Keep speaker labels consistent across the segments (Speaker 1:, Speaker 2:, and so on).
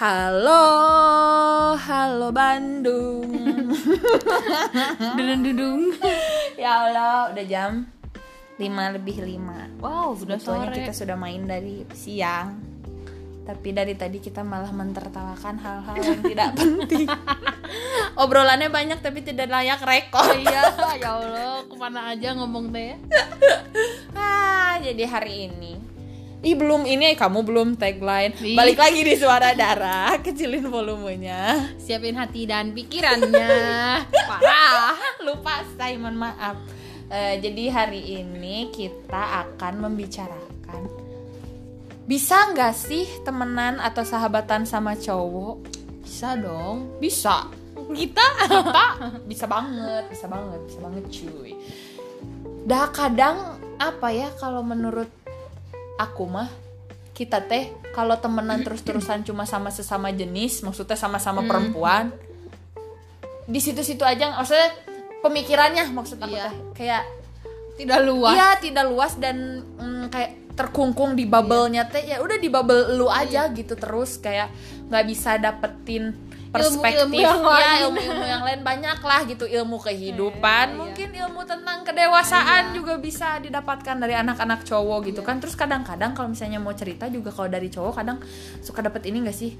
Speaker 1: Halo, halo Bandung.
Speaker 2: Dudung dudung.
Speaker 1: ya Allah, udah jam 5 lebih 5.
Speaker 2: Wow,
Speaker 1: Sebetulnya
Speaker 2: udah sore.
Speaker 1: kita sudah main dari siang. Tapi dari tadi kita malah mentertawakan hal-hal yang tidak penting. Obrolannya banyak tapi tidak layak rekor.
Speaker 2: Iya, ya Allah, kemana aja ngomong teh?
Speaker 1: Ah, jadi hari ini. Ih belum ini kamu belum tagline.
Speaker 2: Ih.
Speaker 1: Balik lagi di suara darah, kecilin volumenya.
Speaker 2: Siapin hati dan pikirannya. Parah.
Speaker 1: Lupa saya mohon maaf. Eh, jadi hari ini kita akan membicarakan bisa nggak sih temenan atau sahabatan sama cowok?
Speaker 2: Bisa dong.
Speaker 1: Bisa.
Speaker 2: Kita
Speaker 1: Pak, bisa banget, bisa banget, bisa banget cuy. Dah kadang apa ya kalau menurut aku mah kita teh kalau temenan terus-terusan cuma sama sesama jenis, maksudnya sama-sama
Speaker 2: Hmm.
Speaker 1: perempuan. Di situ-situ aja maksudnya pemikirannya maksud aku
Speaker 2: Iya.
Speaker 1: teh kayak
Speaker 2: tidak luas.
Speaker 1: iya tidak luas dan mm, kayak terkungkung di bubble-nya teh ya udah di bubble lu
Speaker 2: Iya.
Speaker 1: aja gitu terus kayak nggak bisa dapetin perspektif
Speaker 2: Ilmu-ilmu yang
Speaker 1: Ya,
Speaker 2: lain.
Speaker 1: ilmu-ilmu yang lain banyak lah gitu ilmu kehidupan
Speaker 2: Iya, iya.
Speaker 1: mungkin ilmu tentang kedewasaan juga bisa didapatkan dari anak-anak cowok
Speaker 2: Iya.
Speaker 1: gitu kan terus kadang-kadang kalau misalnya mau cerita juga kalau dari cowok kadang suka dapet ini gak sih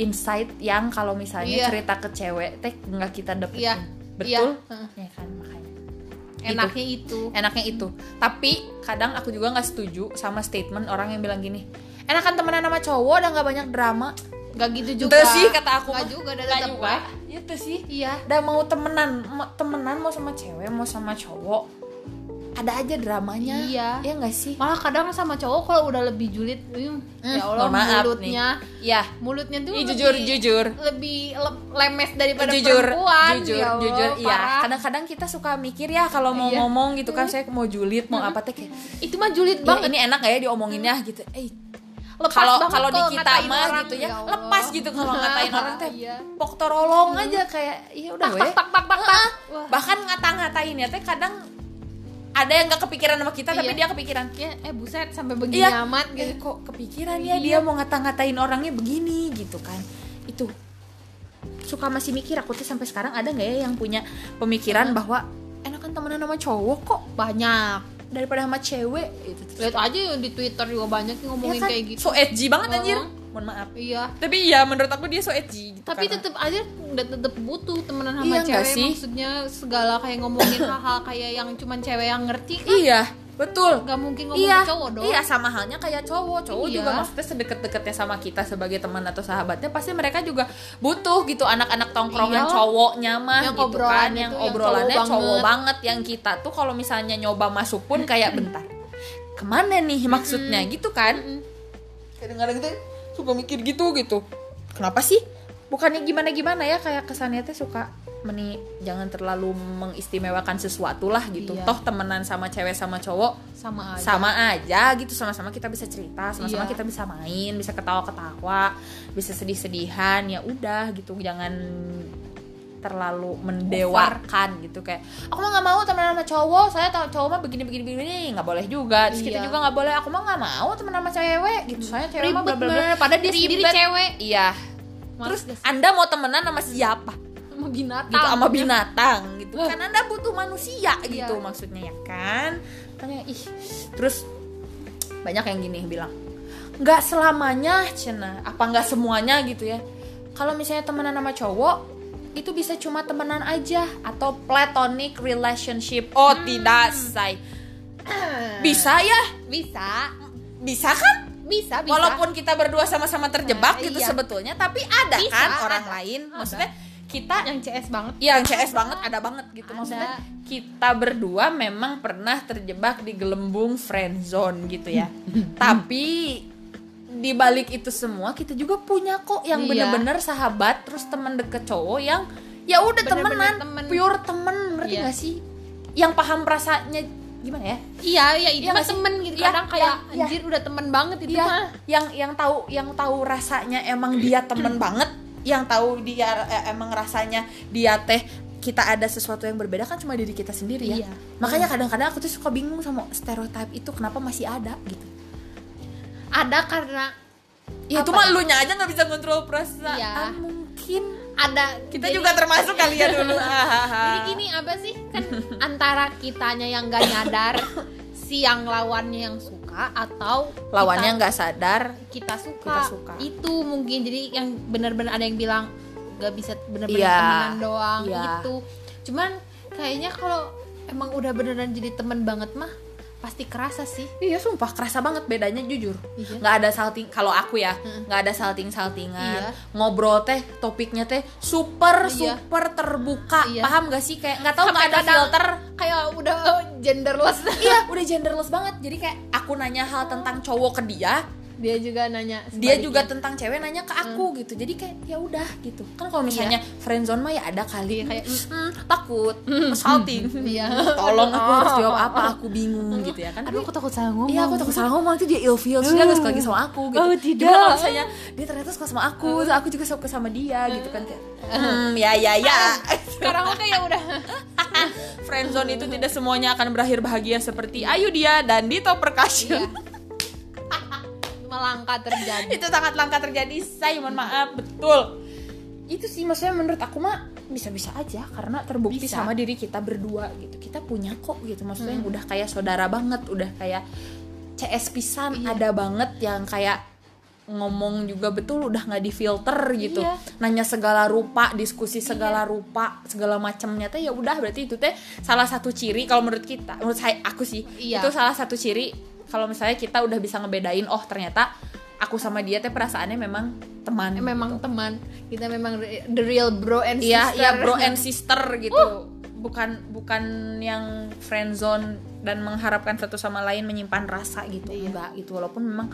Speaker 1: insight yang kalau misalnya
Speaker 2: Iya.
Speaker 1: cerita ke cewek teh nggak kita dapetin
Speaker 2: Iya, iya.
Speaker 1: betul
Speaker 2: Heeh.
Speaker 1: ya kan makanya
Speaker 2: gitu. Enaknya itu.
Speaker 1: enaknya itu tapi kadang aku juga nggak setuju sama statement orang yang bilang gini enakan temenan sama cowok udah nggak banyak drama
Speaker 2: Gak gitu juga.
Speaker 1: itu sih kata aku
Speaker 2: Nggak
Speaker 1: mah.
Speaker 2: juga ada
Speaker 1: Nggak
Speaker 2: tetep
Speaker 1: juga.
Speaker 2: weh.
Speaker 1: itu sih
Speaker 2: Iya.
Speaker 1: udah mau temenan ma- temenan mau sama cewek mau sama cowok ada aja dramanya
Speaker 2: Iya.
Speaker 1: ya nggak sih
Speaker 2: Malah kadang sama cowok kalau udah lebih julid, hmm,
Speaker 1: Hmm,
Speaker 2: ya Allah
Speaker 1: mohon maaf
Speaker 2: mulutnya.
Speaker 1: nih ya
Speaker 2: Mulutnya tuh
Speaker 1: Ih,
Speaker 2: lebih-
Speaker 1: jujur jujur
Speaker 2: lebih le- lemes daripada
Speaker 1: jujur
Speaker 2: perempuan.
Speaker 1: jujur
Speaker 2: Ya Allah,
Speaker 1: jujur iya
Speaker 2: parah.
Speaker 1: kadang-kadang kita suka mikir ya kalau mau
Speaker 2: Iya.
Speaker 1: ngomong gitu kan saya mau julid mau apa teh kayak
Speaker 2: Itu mah
Speaker 1: "Ih,
Speaker 2: julid banget.
Speaker 1: ini enak gak ya diomonginnya gitu eh
Speaker 2: Iya, lepas
Speaker 1: kalau
Speaker 2: banget
Speaker 1: kalau di
Speaker 2: kalau
Speaker 1: kita
Speaker 2: ngatain
Speaker 1: mah
Speaker 2: orang,
Speaker 1: gitu ya,
Speaker 2: ya Allah.
Speaker 1: lepas gitu kalau ngatain orang teh
Speaker 2: Iya.
Speaker 1: pok torolong aja kayak ya udah
Speaker 2: tak
Speaker 1: weh
Speaker 2: tak tak tak tak tak. Wah.
Speaker 1: bahkan ngata-ngatain ya teh kadang ada yang nggak kepikiran sama kita tapi
Speaker 2: Iya.
Speaker 1: dia kepikiran
Speaker 2: Ya, eh buset sampai begini
Speaker 1: Iya.
Speaker 2: amat
Speaker 1: eh,
Speaker 2: gitu.
Speaker 1: kok kepikiran ya dia
Speaker 2: Iya.
Speaker 1: mau ngata-ngatain orangnya begini gitu kan itu suka masih mikir aku tuh sampai sekarang ada nggak ya yang punya pemikiran bahwa enakan temenan sama cowok kok
Speaker 2: Banyak.
Speaker 1: daripada sama cewek gitu terus
Speaker 2: Lihat aja di Twitter juga banyak yang
Speaker 1: ya
Speaker 2: ngomongin
Speaker 1: kan?
Speaker 2: kayak gitu.
Speaker 1: so edgy banget anjir
Speaker 2: Oh.
Speaker 1: mohon maaf
Speaker 2: Iya.
Speaker 1: tapi ya menurut aku dia so edgy gitu
Speaker 2: Tapi
Speaker 1: karena-
Speaker 2: tetep aja udah tetep butuh temenan sama
Speaker 1: Iya nggak
Speaker 2: cewek
Speaker 1: sih?
Speaker 2: maksudnya segala kayak ngomongin hal-hal kayak yang cuman cewek yang ngerti kan
Speaker 1: Iya, betul.
Speaker 2: nggak mungkin ngomong
Speaker 1: Iya,
Speaker 2: ke cowok dong.
Speaker 1: iya sama halnya kayak cowok. Cowok
Speaker 2: Iya.
Speaker 1: juga maksudnya sedekat-dekatnya sama kita sebagai teman atau sahabatnya pasti mereka juga butuh gitu anak-anak tongkrongan
Speaker 2: Iya.
Speaker 1: cowoknya mah
Speaker 2: Yang
Speaker 1: gitu kan,
Speaker 2: obrolan
Speaker 1: yang
Speaker 2: itu, yang
Speaker 1: obrolannya
Speaker 2: cowok
Speaker 1: cowok, banget. yang kita tuh kalau misalnya nyoba masuk pun kayak bentar. Kemana nih maksudnya gitu kan?
Speaker 2: Mm-mm.
Speaker 1: Kadang-kadang tuh suka mikir gitu gitu. Kenapa sih? Bukannya gimana-gimana ya kayak kesannya tuh suka meni jangan terlalu mengistimewakan sesuatu lah gitu.
Speaker 2: Iya.
Speaker 1: Toh temenan sama cewek sama cowok
Speaker 2: Sama aja.
Speaker 1: sama aja gitu sama-sama kita bisa cerita sama-sama
Speaker 2: Iya.
Speaker 1: kita bisa main bisa ketawa-ketawa bisa sedih-sedihan ya udah gitu jangan terlalu mendewakan gitu kayak aku mah nggak mau temenan sama cowok saya tahu cowok mah begini begini begini nggak boleh juga terus kita
Speaker 2: Iya. Hmm.
Speaker 1: juga nggak boleh aku mah nggak mau temenan sama cewek gitu saya cewek mah
Speaker 2: Ribet
Speaker 1: bla bla bla
Speaker 2: bener, padahal dia sendiri
Speaker 1: Ribet.
Speaker 2: cewek.
Speaker 1: iya
Speaker 2: Males
Speaker 1: terus
Speaker 2: deh.
Speaker 1: anda mau temenan sama siapa
Speaker 2: sama binatang.
Speaker 1: gitu sama binatang gitu
Speaker 2: Wah.
Speaker 1: kan anda butuh manusia
Speaker 2: Iya.
Speaker 1: gitu maksudnya ya kan makanya ih terus banyak yang gini bilang nggak selamanya cina apa nggak semuanya gitu ya kalau misalnya temenan sama cowok itu bisa cuma temenan aja atau platonic relationship oh
Speaker 2: Hmm.
Speaker 1: tidak say bisa ya
Speaker 2: Bisa.
Speaker 1: bisa kan
Speaker 2: Bisa, bisa.
Speaker 1: Walaupun kita berdua sama-sama terjebak
Speaker 2: Nah,
Speaker 1: gitu
Speaker 2: iya.
Speaker 1: sebetulnya, tapi ada
Speaker 2: Bisa,
Speaker 1: kan orang
Speaker 2: ada.
Speaker 1: lain.
Speaker 2: Ada.
Speaker 1: Maksudnya kita
Speaker 2: yang CS banget.
Speaker 1: Iya, yang CS banget ada banget gitu maksudnya
Speaker 2: Ada.
Speaker 1: kita berdua memang pernah terjebak di gelembung friend zone gitu ya tapi di balik itu semua kita juga punya kok yang
Speaker 2: Iya.
Speaker 1: bener-bener sahabat terus teman deket cowok yang ya udah
Speaker 2: Bener-bener
Speaker 1: temenan
Speaker 2: temen.
Speaker 1: pure temen ngerti
Speaker 2: Iya.
Speaker 1: gak sih yang paham rasanya gimana ya
Speaker 2: Iya, iya itu
Speaker 1: Iya
Speaker 2: mah
Speaker 1: nggak sih?
Speaker 2: temen gitu.
Speaker 1: Iya,
Speaker 2: Kadang
Speaker 1: iya,
Speaker 2: kayak
Speaker 1: iya.
Speaker 2: anjir udah temen banget itu
Speaker 1: Iya,
Speaker 2: mah.
Speaker 1: yang yang tahu yang tahu rasanya emang dia temen banget, yang tahu dia eh, emang rasanya dia teh kita ada sesuatu yang berbeda kan cuma diri kita sendiri ya.
Speaker 2: Iya.
Speaker 1: Makanya kadang-kadang aku tuh suka bingung sama stereotip itu kenapa masih ada gitu.
Speaker 2: Ada karena
Speaker 1: ya itu
Speaker 2: Apa
Speaker 1: mah elunya aja nggak bisa ngontrol perasaan
Speaker 2: Iya.
Speaker 1: mungkin
Speaker 2: ada
Speaker 1: kita
Speaker 2: jadi-
Speaker 1: juga termasuk kalian dulu hahaha.
Speaker 2: jadi gini apa sih kan antara kitanya yang gak nyadar si yang lawannya yang suka atau kita-
Speaker 1: lawannya nggak sadar
Speaker 2: kita suka,
Speaker 1: Kita suka.
Speaker 2: itu mungkin jadi yang benar-benar ada yang bilang nggak bisa benar-benar
Speaker 1: Iya.
Speaker 2: temenan doang
Speaker 1: Iya.
Speaker 2: gitu cuman kayaknya kalau emang udah beneran jadi temen banget mah pasti kerasa sih
Speaker 1: Iya sumpah kerasa banget bedanya jujur
Speaker 2: Iya.
Speaker 1: nggak ada salting kalau aku ya nggak ada salting saltingan
Speaker 2: Iya.
Speaker 1: ngobrol teh topiknya teh super
Speaker 2: Iya.
Speaker 1: super terbuka
Speaker 2: Iya.
Speaker 1: paham gak sih kayak nggak tahu
Speaker 2: Sampai
Speaker 1: nggak ada
Speaker 2: kadang
Speaker 1: filter
Speaker 2: kayak udah genderless
Speaker 1: iya udah genderless banget jadi kayak aku nanya hal tentang cowok ke dia
Speaker 2: dia juga nanya
Speaker 1: dia
Speaker 2: sebaliknya. Mm.
Speaker 1: juga tentang cewek nanya ke aku gitu jadi kayak ya udah gitu kan kalau misalnya friendzone mah ya ada kali
Speaker 2: Iya, kayak,
Speaker 1: "Mm, takut salting
Speaker 2: Iya.
Speaker 1: tolong aku harus
Speaker 2: Oh.
Speaker 1: jawab apa aku bingung gitu ya kan
Speaker 2: aduh aku takut salah ngomong
Speaker 1: Iya aku takut salah ngomong nanti dia ill feel terus dia gak suka lagi sama aku gitu.
Speaker 2: Oh,
Speaker 1: Gimana
Speaker 2: tidak.
Speaker 1: kalau misalnya dia ternyata suka sama aku, terus aku juga suka sama dia gitu kan kayak. Hmm, ya ya ya.
Speaker 2: sekarang mah kayak udah
Speaker 1: Friendzone itu tidak semuanya akan berakhir bahagia seperti Ayu dia dan Dito Percussion.
Speaker 2: melangkah terjadi
Speaker 1: itu sangat langka terjadi. Saya mohon maaf, betul. Itu sih maksudnya menurut aku mah bisa-bisa aja karena terbukti
Speaker 2: Bisa.
Speaker 1: sama diri kita berdua gitu. Kita punya kok gitu. Maksudnya yang udah kayak saudara banget, udah kayak CS pisan ada banget yang kayak ngomong juga betul udah nggak difilter gitu.
Speaker 2: Iya.
Speaker 1: Nanya segala rupa, diskusi segala rupa, segala macamnya teh ya udah berarti itu teh salah satu ciri kalau menurut kita, menurut saya aku sih
Speaker 2: Iya.
Speaker 1: itu salah satu ciri kalau misalnya kita udah bisa ngebedain oh ternyata aku sama dia teh perasaannya memang teman
Speaker 2: memang teman kita memang re- the real bro and
Speaker 1: iya
Speaker 2: sister Uh.
Speaker 1: iya bro and sister gitu bukan bukan yang friend zone dan mengharapkan satu sama lain menyimpan rasa gitu
Speaker 2: Iya.
Speaker 1: enggak gitu walaupun memang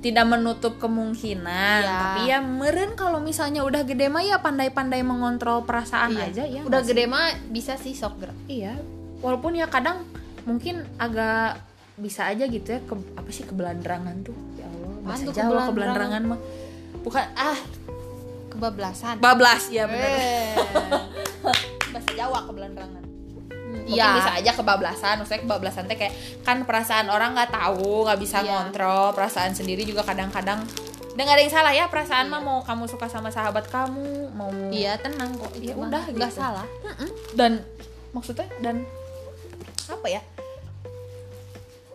Speaker 1: tidak menutup kemungkinan
Speaker 2: Iya.
Speaker 1: tapi ya meren kalau misalnya udah gede mah ya pandai-pandai mengontrol perasaan
Speaker 2: Iya.
Speaker 1: aja ya
Speaker 2: udah
Speaker 1: nggak sih?
Speaker 2: gede mah bisa sih sok gerak
Speaker 1: Iya, walaupun ya kadang mungkin agak bisa aja gitu ya ke apa sih kebelandangan tuh. Ya Allah, bahasa
Speaker 2: tuh
Speaker 1: Jawa
Speaker 2: kebelandangan?
Speaker 1: kebelandangan mah. Bukan ah,
Speaker 2: kebablasan
Speaker 1: bablas ya benar.
Speaker 2: Eh.
Speaker 1: Bahasa Jawa kebelandangan. Mungkin
Speaker 2: Iya.
Speaker 1: bisa aja kebablasan, maksudnya kebablasan teh kayak kan perasaan orang nggak tahu, nggak bisa
Speaker 2: Iya.
Speaker 1: ngontrol, perasaan sendiri juga kadang-kadang dan gak ada yang salah ya perasaan mah mau kamu suka sama sahabat kamu, mau
Speaker 2: Iya tenang kok
Speaker 1: Ya
Speaker 2: itu mah.
Speaker 1: udah,
Speaker 2: nggak
Speaker 1: gitu.
Speaker 2: salah
Speaker 1: dan maksudnya dan apa ya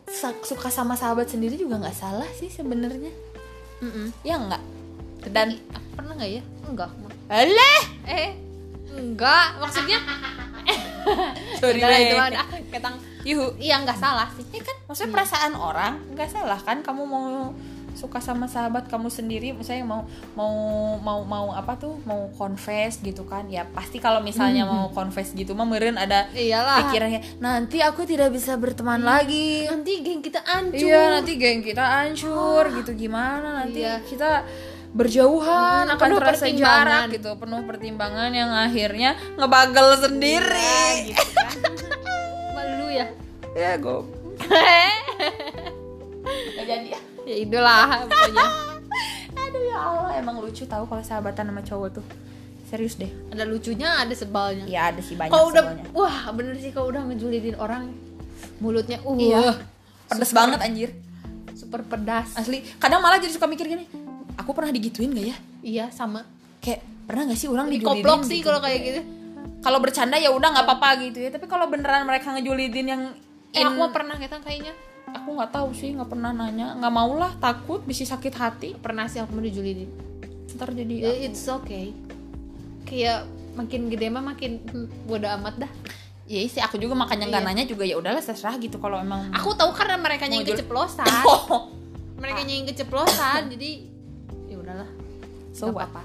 Speaker 1: Sa- suka sama sahabat sendiri juga nggak salah sih sebenarnya
Speaker 2: Mm-mm.
Speaker 1: ya nggak dan
Speaker 2: I- ah, pernah nggak ya enggak Ma-
Speaker 1: aleh
Speaker 2: eh enggak maksudnya
Speaker 1: sorry
Speaker 2: Nah, itu
Speaker 1: Rey.
Speaker 2: mah ah, ketang
Speaker 1: Yuhu.
Speaker 2: iya nggak salah sih
Speaker 1: ya kan maksudnya perasaan orang nggak salah kan kamu mau suka sama sahabat kamu sendiri misalnya mau mau mau mau apa tuh mau confess gitu kan ya pasti kalau misalnya mau confess gitu mah meureun ada
Speaker 2: iyalah
Speaker 1: pikirannya nanti aku tidak bisa berteman lagi
Speaker 2: Iya. nanti geng kita hancur
Speaker 1: Hmm. Iya nanti geng kita hancur gitu gimana nanti
Speaker 2: Iya.
Speaker 1: kita berjauhan
Speaker 2: Hmm,
Speaker 1: akan
Speaker 2: penuh
Speaker 1: terasa
Speaker 2: pertimbangan.
Speaker 1: jarak gitu penuh pertimbangan yang akhirnya ngebagel sendiri
Speaker 2: gitu kan malu ya
Speaker 1: ya gue nggak jadi ya
Speaker 2: ya itulah pokoknya
Speaker 1: aduh ya Allah emang lucu tahu kalau sahabatan sama cowok tuh serius deh
Speaker 2: ada lucunya ada sebalnya
Speaker 1: ya ada sih banyak
Speaker 2: kalau udah
Speaker 1: semuanya.
Speaker 2: wah bener sih kalau udah ngejulidin orang mulutnya uh
Speaker 1: iya pedes banget anjir
Speaker 2: super pedas
Speaker 1: asli kadang malah jadi suka mikir gini aku pernah digituin gak ya
Speaker 2: iya sama
Speaker 1: kayak pernah gak sih orang digulidin
Speaker 2: dikoplok sih
Speaker 1: gitu?
Speaker 2: kalau kayak gitu
Speaker 1: kalau bercanda ya udah nggak apa-apa gitu ya tapi kalau beneran mereka ngejulidin yang in-
Speaker 2: eh aku mah pernah kita kayaknya
Speaker 1: aku nggak tahu sih nggak pernah nanya nggak mau lah takut bisa sakit hati
Speaker 2: pernah sih aku mau dijulidin
Speaker 1: ntar
Speaker 2: Ya,
Speaker 1: jadi
Speaker 2: it's okay kayak makin gede mah makin hmm, bodo amat dah
Speaker 1: ya sih aku juga makanya nggak
Speaker 2: Iya.
Speaker 1: nanya juga ya udahlah terserah gitu kalau emang Oh.
Speaker 2: aku tahu karena mereka
Speaker 1: Mau
Speaker 2: yang
Speaker 1: jul-
Speaker 2: keceplosan mereka yang keceplosan jadi ya udahlah
Speaker 1: so
Speaker 2: Nggak
Speaker 1: what?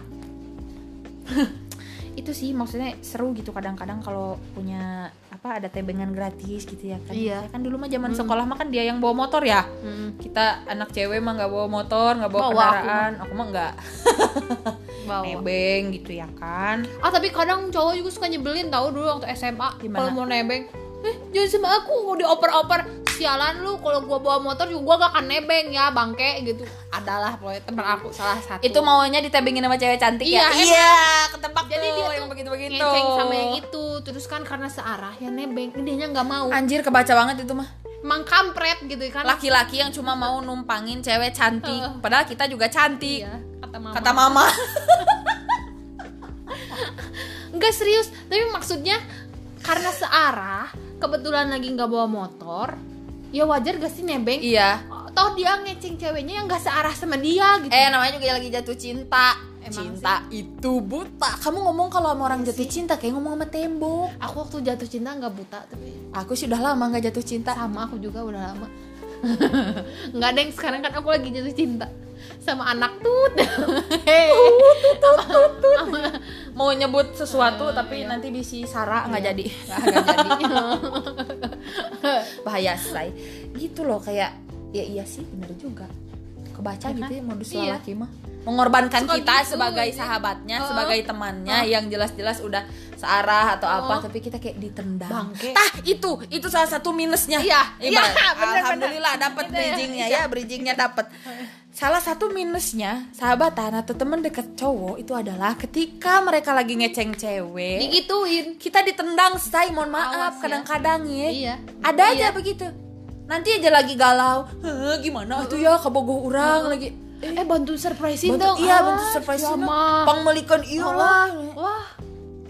Speaker 1: itu sih maksudnya seru gitu kadang-kadang kalau punya apa ada tebengan gratis gitu ya kan
Speaker 2: Iya.
Speaker 1: kan dulu mah zaman sekolah mah kan dia yang bawa motor ya
Speaker 2: Mm,
Speaker 1: kita anak cewek mah nggak bawa motor nggak bawa,
Speaker 2: Bawa aku mah.
Speaker 1: kendaraan aku mah nggak
Speaker 2: bawa.
Speaker 1: nebeng gitu ya kan
Speaker 2: Ah tapi kadang cowok juga suka nyebelin tahu dulu waktu SMA
Speaker 1: Gimana?
Speaker 2: kalau mau nebeng. Eh, jangan sama aku mau dioper-oper. Sialan lu kalau gua bawa motor juga gua gak akan nebeng ya, bangke gitu. Adalah pokoknya teman aku salah satu.
Speaker 1: itu maunya ditebingin sama cewek cantik ya
Speaker 2: Iya, emang.
Speaker 1: iya ketebak
Speaker 2: Jadi
Speaker 1: tuh
Speaker 2: dia tuh
Speaker 1: yang begitu begitu
Speaker 2: ngeceng sama yang itu. Terus kan karena searah ya nebeng, ini dia nggak mau.
Speaker 1: anjir kebaca banget itu mah
Speaker 2: emang kampret gitu kan
Speaker 1: laki-laki yang cuma mau numpangin cewek cantik
Speaker 2: Heeh.
Speaker 1: padahal kita juga cantik
Speaker 2: Iya, kata mama
Speaker 1: kata mama
Speaker 2: Enggak serius, tapi maksudnya karena searah, kebetulan lagi nggak bawa motor, ya wajar gak sih nebeng? Oh,
Speaker 1: iya
Speaker 2: Toh dia ngeceng ceweknya yang nggak searah sama dia gitu.
Speaker 1: eh namanya juga lagi jatuh cinta
Speaker 2: Emang
Speaker 1: cinta itu buta kamu ngomong kalau sama orang jatuh cinta kayak ngomong sama tembok
Speaker 2: Aku waktu jatuh cinta nggak buta, tapi
Speaker 1: aku sudah lama nggak jatuh cinta
Speaker 2: sama aku juga udah lama. Nggak deng, sekarang kan aku lagi jatuh cinta sama anak tut. Hei.
Speaker 1: mau nyebut sesuatu
Speaker 2: Eh,
Speaker 1: tapi
Speaker 2: iya.
Speaker 1: nanti bisi Sarah nggak jadi
Speaker 2: Nah, nggak jadi.
Speaker 1: bahaya say gitu loh kayak ya iya sih bener juga kebaca
Speaker 2: Ya
Speaker 1: gitu
Speaker 2: kan?
Speaker 1: ya modus
Speaker 2: Iya.
Speaker 1: lelaki mah mengorbankan
Speaker 2: Suka
Speaker 1: kita
Speaker 2: gitu,
Speaker 1: sebagai
Speaker 2: iya.
Speaker 1: sahabatnya
Speaker 2: Heeh.
Speaker 1: sebagai temannya
Speaker 2: Heeh.
Speaker 1: yang jelas-jelas udah searah atau
Speaker 2: Heeh.
Speaker 1: apa tapi kita kayak ditendang
Speaker 2: Bangke.
Speaker 1: tah itu itu salah satu minusnya
Speaker 2: Iya, iya,
Speaker 1: Bang.
Speaker 2: bener-bener.
Speaker 1: alhamdulillah dapat
Speaker 2: Gitu ya,
Speaker 1: bridgingnya ya bridgingnya dapat salah satu minusnya sahabatan atau teman deket cowok itu adalah ketika mereka lagi ngeceng cewek
Speaker 2: Digituin.
Speaker 1: kita ditendang say mohon
Speaker 2: Iya. Awas
Speaker 1: maaf
Speaker 2: ya.
Speaker 1: kadang-kadang ya.
Speaker 2: Iya.
Speaker 1: ada aja begitu nanti aja lagi galau "Heh, gimana tuh ya kebogoh orang lagi
Speaker 2: Eh bantu surprisein
Speaker 1: bantu,
Speaker 2: dong.
Speaker 1: iya
Speaker 2: Ah,
Speaker 1: bantu surprise
Speaker 2: siapa?
Speaker 1: pangmelikan iya lah
Speaker 2: Ya Wah.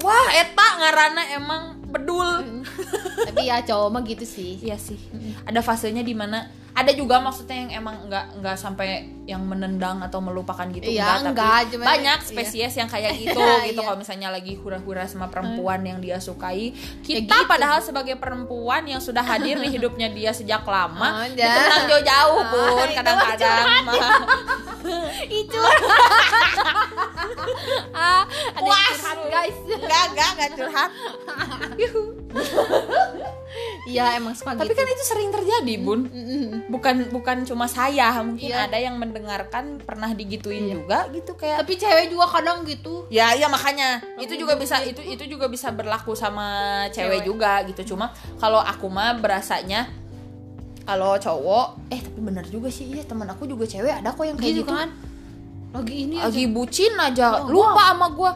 Speaker 1: wah eta ngarana emang bedul
Speaker 2: Iya. Tapi ya cowok mah gitu sih.
Speaker 1: iya sih ada fasenya di mana ada juga maksudnya yang emang nggak nggak sampai yang menendang atau melupakan gitu
Speaker 2: Iya,
Speaker 1: enggak,
Speaker 2: enggak,
Speaker 1: tapi
Speaker 2: cuman-
Speaker 1: banyak
Speaker 2: iya.
Speaker 1: spesies yang kayak gitu gitu
Speaker 2: Iya.
Speaker 1: kalau misalnya lagi hura-hura sama perempuan yang dia sukai kita
Speaker 2: gitu.
Speaker 1: padahal sebagai perempuan yang sudah hadir di hidupnya dia sejak lama
Speaker 2: Oh, ya.
Speaker 1: ditendang jauh-jauh
Speaker 2: Oh,
Speaker 1: pun
Speaker 2: itu
Speaker 1: kadang-kadang mah.
Speaker 2: Itu. ah, ada yang
Speaker 1: Puas.
Speaker 2: curhat guys.
Speaker 1: enggak enggak enggak curhat
Speaker 2: Iya emang suka
Speaker 1: tapi kan itu sering terjadi bun bukan bukan cuma saya mungkin
Speaker 2: Iya.
Speaker 1: ada yang mendengarkan pernah digituin juga gitu kayak
Speaker 2: tapi cewek juga kadang gitu.
Speaker 1: ya iya makanya itu juga bisa itu itu juga bisa berlaku sama cewek
Speaker 2: Cewek.
Speaker 1: juga gitu cuma kalau aku mah berasanya kalau cowok eh tapi bener juga sih iya teman aku juga cewek ada kok yang kayak
Speaker 2: Gitu
Speaker 1: gitu,
Speaker 2: kan. Lagi ini ya.
Speaker 1: lagi bucin aja
Speaker 2: Oh,
Speaker 1: lupa sama gua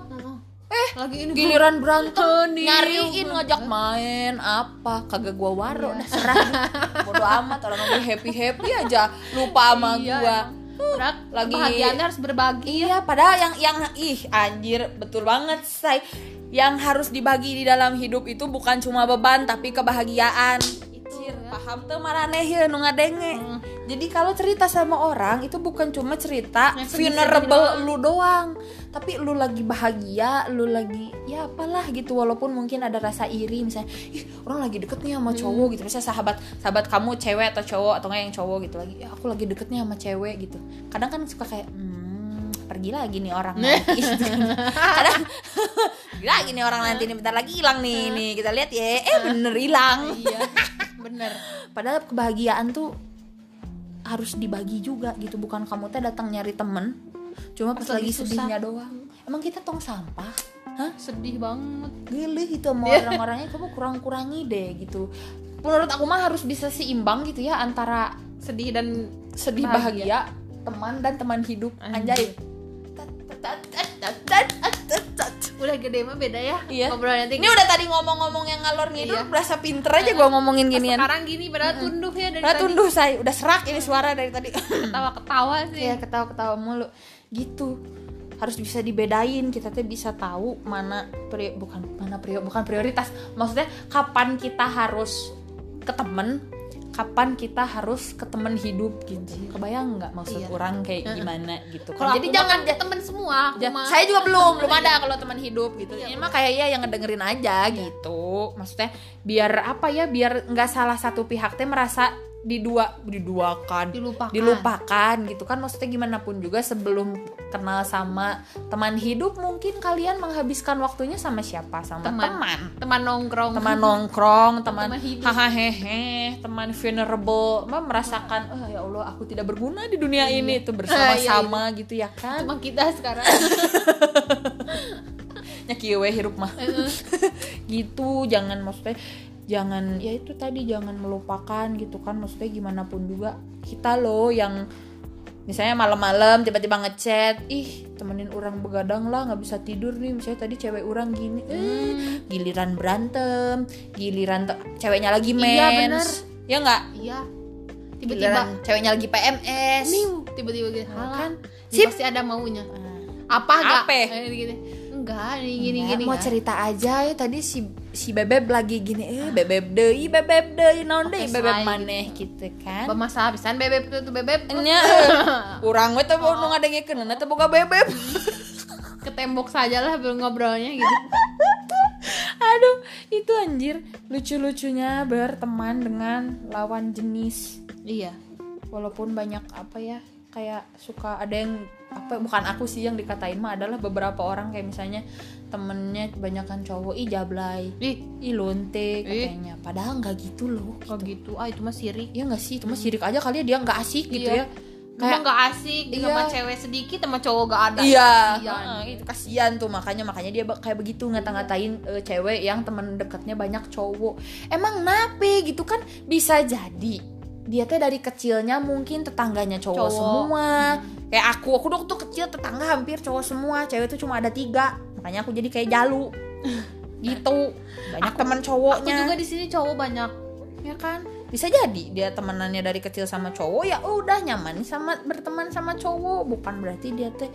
Speaker 2: Eh, lagi ini
Speaker 1: giliran berantem
Speaker 2: Hening.
Speaker 1: nyariin ngajak main apa kagak gua waro
Speaker 2: Iya.
Speaker 1: dah serah bodo amat orang gue happy happy aja lupa sama
Speaker 2: Iya,
Speaker 1: gua
Speaker 2: emang. Berat,
Speaker 1: lagi-
Speaker 2: kebahagiaannya harus berbagi.
Speaker 1: Iya, padahal yang yang ih anjir betul banget say. Yang harus dibagi di dalam hidup itu bukan cuma beban tapi kebahagiaan. Anjir,
Speaker 2: ya.
Speaker 1: paham tuh maraneh ya nu ngadenge.
Speaker 2: Hmm.
Speaker 1: Jadi kalau cerita sama orang itu bukan cuma cerita
Speaker 2: Yang sedih-sedih
Speaker 1: vulnerable
Speaker 2: doang.
Speaker 1: lu doang, tapi lu lagi bahagia, lu lagi ya apalah gitu walaupun mungkin ada rasa iri misalnya, ih orang lagi deket nih sama cowok gitu, misalnya sahabat sahabat kamu cewek atau cowok atau nggak yang cowok gitu lagi, ya aku lagi deket nih sama cewek gitu. Kadang kan suka kayak hmm, pergi lagi nih orang nanti gitu kan. Kadang pergi lagi nih orang nanti nih bentar lagi hilang nih nih kita lihat ya, eh bener hilang.
Speaker 2: Iya, bener.
Speaker 1: Padahal kebahagiaan tuh harus dibagi juga gitu, bukan kamu teh datang nyari temen, cuma pas,
Speaker 2: Pas
Speaker 1: lagi
Speaker 2: lagi susah.
Speaker 1: sedihnya doang. Emang kita tong sampah? Hah?
Speaker 2: Sedih banget.
Speaker 1: Gilih itu sama orang-orangnya kamu kurang-kurangi deh gitu. Menurut aku mah harus bisa seimbang gitu ya antara
Speaker 2: Sedih dan
Speaker 1: sedih
Speaker 2: Bahagia.
Speaker 1: bahagia, teman dan teman hidup
Speaker 2: Anjay.
Speaker 1: anjay. Tat, tat, tat, tat, tat, tat, tat, tat.
Speaker 2: udah gede mah beda ya.
Speaker 1: Iya.
Speaker 2: Ngobrol nanti.
Speaker 1: Ini udah tadi ngomong-ngomong yang ngalor ngidul,
Speaker 2: Iya.
Speaker 1: berasa pinter aja gua ngomongin ginian.
Speaker 2: Sekarang gini padahal tunduh ya dari
Speaker 1: Udah tunduh saya, udah serak ini suara dari tadi.
Speaker 2: tadi ketawa-ketawa sih.
Speaker 1: Iya ketawa-ketawa mulu gitu harus bisa dibedain kita tuh bisa tahu mana pri bukan mana prior bukan prioritas maksudnya kapan kita harus ke temen kapan kita harus ke temen hidup gitu kebayang nggak maksud
Speaker 2: Iya.
Speaker 1: orang kayak gimana gitu kan?
Speaker 2: Kalau
Speaker 1: jadi
Speaker 2: aku mah
Speaker 1: jangan
Speaker 2: kan temen semua, aku
Speaker 1: Ja-
Speaker 2: mah.
Speaker 1: saya juga belum belum ada kalau teman hidup gitu
Speaker 2: Iya,
Speaker 1: ini mah kayak ya yang ngedengerin aja gitu maksudnya biar apa ya biar nggak salah satu pihak teh merasa didua diduakan
Speaker 2: Dilupakan.
Speaker 1: dilupakan gitu kan maksudnya gimana pun juga sebelum kenal sama teman hidup mungkin kalian menghabiskan waktunya sama siapa sama
Speaker 2: Teman.
Speaker 1: teman
Speaker 2: teman nongkrong.
Speaker 1: teman nongkrong, teman
Speaker 2: Teman hidup.
Speaker 1: hahaha hehe, teman vulnerable, mah merasakan, oh ya Allah aku tidak berguna di dunia
Speaker 2: Iya.
Speaker 1: ini itu bersama-sama gitu ya kan?
Speaker 2: Cuma kita sekarang.
Speaker 1: nya Ya, kieu we hirup mah gitu jangan maksudnya jangan ya itu tadi jangan melupakan gitu kan maksudnya gimana pun juga kita loh yang misalnya malam-malam tiba-tiba ngechat ih temenin orang begadang lah nggak bisa tidur nih misalnya tadi cewek orang Mm. gini eh, giliran berantem giliran te- ceweknya lagi mens
Speaker 2: Iya, bener.
Speaker 1: ya nggak
Speaker 2: iya
Speaker 1: Giliran
Speaker 2: tiba-tiba
Speaker 1: ceweknya lagi PMS
Speaker 2: ming tiba-tiba gitu
Speaker 1: kan
Speaker 2: kan
Speaker 1: sip
Speaker 2: pasti ada maunya
Speaker 1: Nah,
Speaker 2: apa gak
Speaker 1: Ape.
Speaker 2: Eh, gitu. enggak ini gini
Speaker 1: nggak,
Speaker 2: gini
Speaker 1: Iya, mau
Speaker 2: nggak.
Speaker 1: cerita aja ya tadi si si bebeb lagi gini eh bebeb deui bebeb deui naon deui
Speaker 2: Oke,
Speaker 1: bebeb
Speaker 2: say,
Speaker 1: maneh gitu kan
Speaker 2: Pemasalah pisan bebek tuh tuh bebek
Speaker 1: Nya, kurang we teh mau
Speaker 2: Oh.
Speaker 1: ngadengekeun na teh boga bebeb.
Speaker 2: ke tembok saja lah belum ngobrolnya gitu.
Speaker 1: Aduh, itu anjir lucu-lucunya berteman dengan lawan jenis.
Speaker 2: iya.
Speaker 1: Walaupun banyak apa ya, kayak suka ada yang apa bukan aku sih yang dikatain mah adalah beberapa orang kayak misalnya temennya kebanyakan cowok ih jablay,
Speaker 2: Ih,
Speaker 1: ih lonte
Speaker 2: Ih.
Speaker 1: katanya. Padahal nggak gitu loh.
Speaker 2: kok gitu? Ah, itu mah sirik.
Speaker 1: Ya nggak sih, cuma sirik aja kali ya dia nggak asik gitu ya.
Speaker 2: Iya. Kayak
Speaker 1: Kayak
Speaker 2: nggak asik
Speaker 1: Iya.
Speaker 2: sama cewek sedikit sama cowok gak ada. gitu.
Speaker 1: Iya,
Speaker 2: Kasian.
Speaker 1: heeh, itu kasihan tuh makanya makanya dia ba- kayak begitu ngata-ngatain eh, cewek yang teman dekatnya banyak cowok. Emang nape gitu kan bisa jadi dia teh dari kecilnya mungkin tetangganya cowok,
Speaker 2: Cowok.
Speaker 1: semua. Kayak aku, aku dulu tuh kecil tetangga hampir cowok semua, cewek tuh cuma ada tiga. Makanya aku jadi kayak jalu. gitu. Banyak teman
Speaker 2: Aku
Speaker 1: cowoknya.
Speaker 2: juga di sini cowok banyak.
Speaker 1: ya kan? Bisa jadi dia temenannya dari kecil sama cowok ya udah nyaman sama berteman sama cowok, bukan berarti dia teh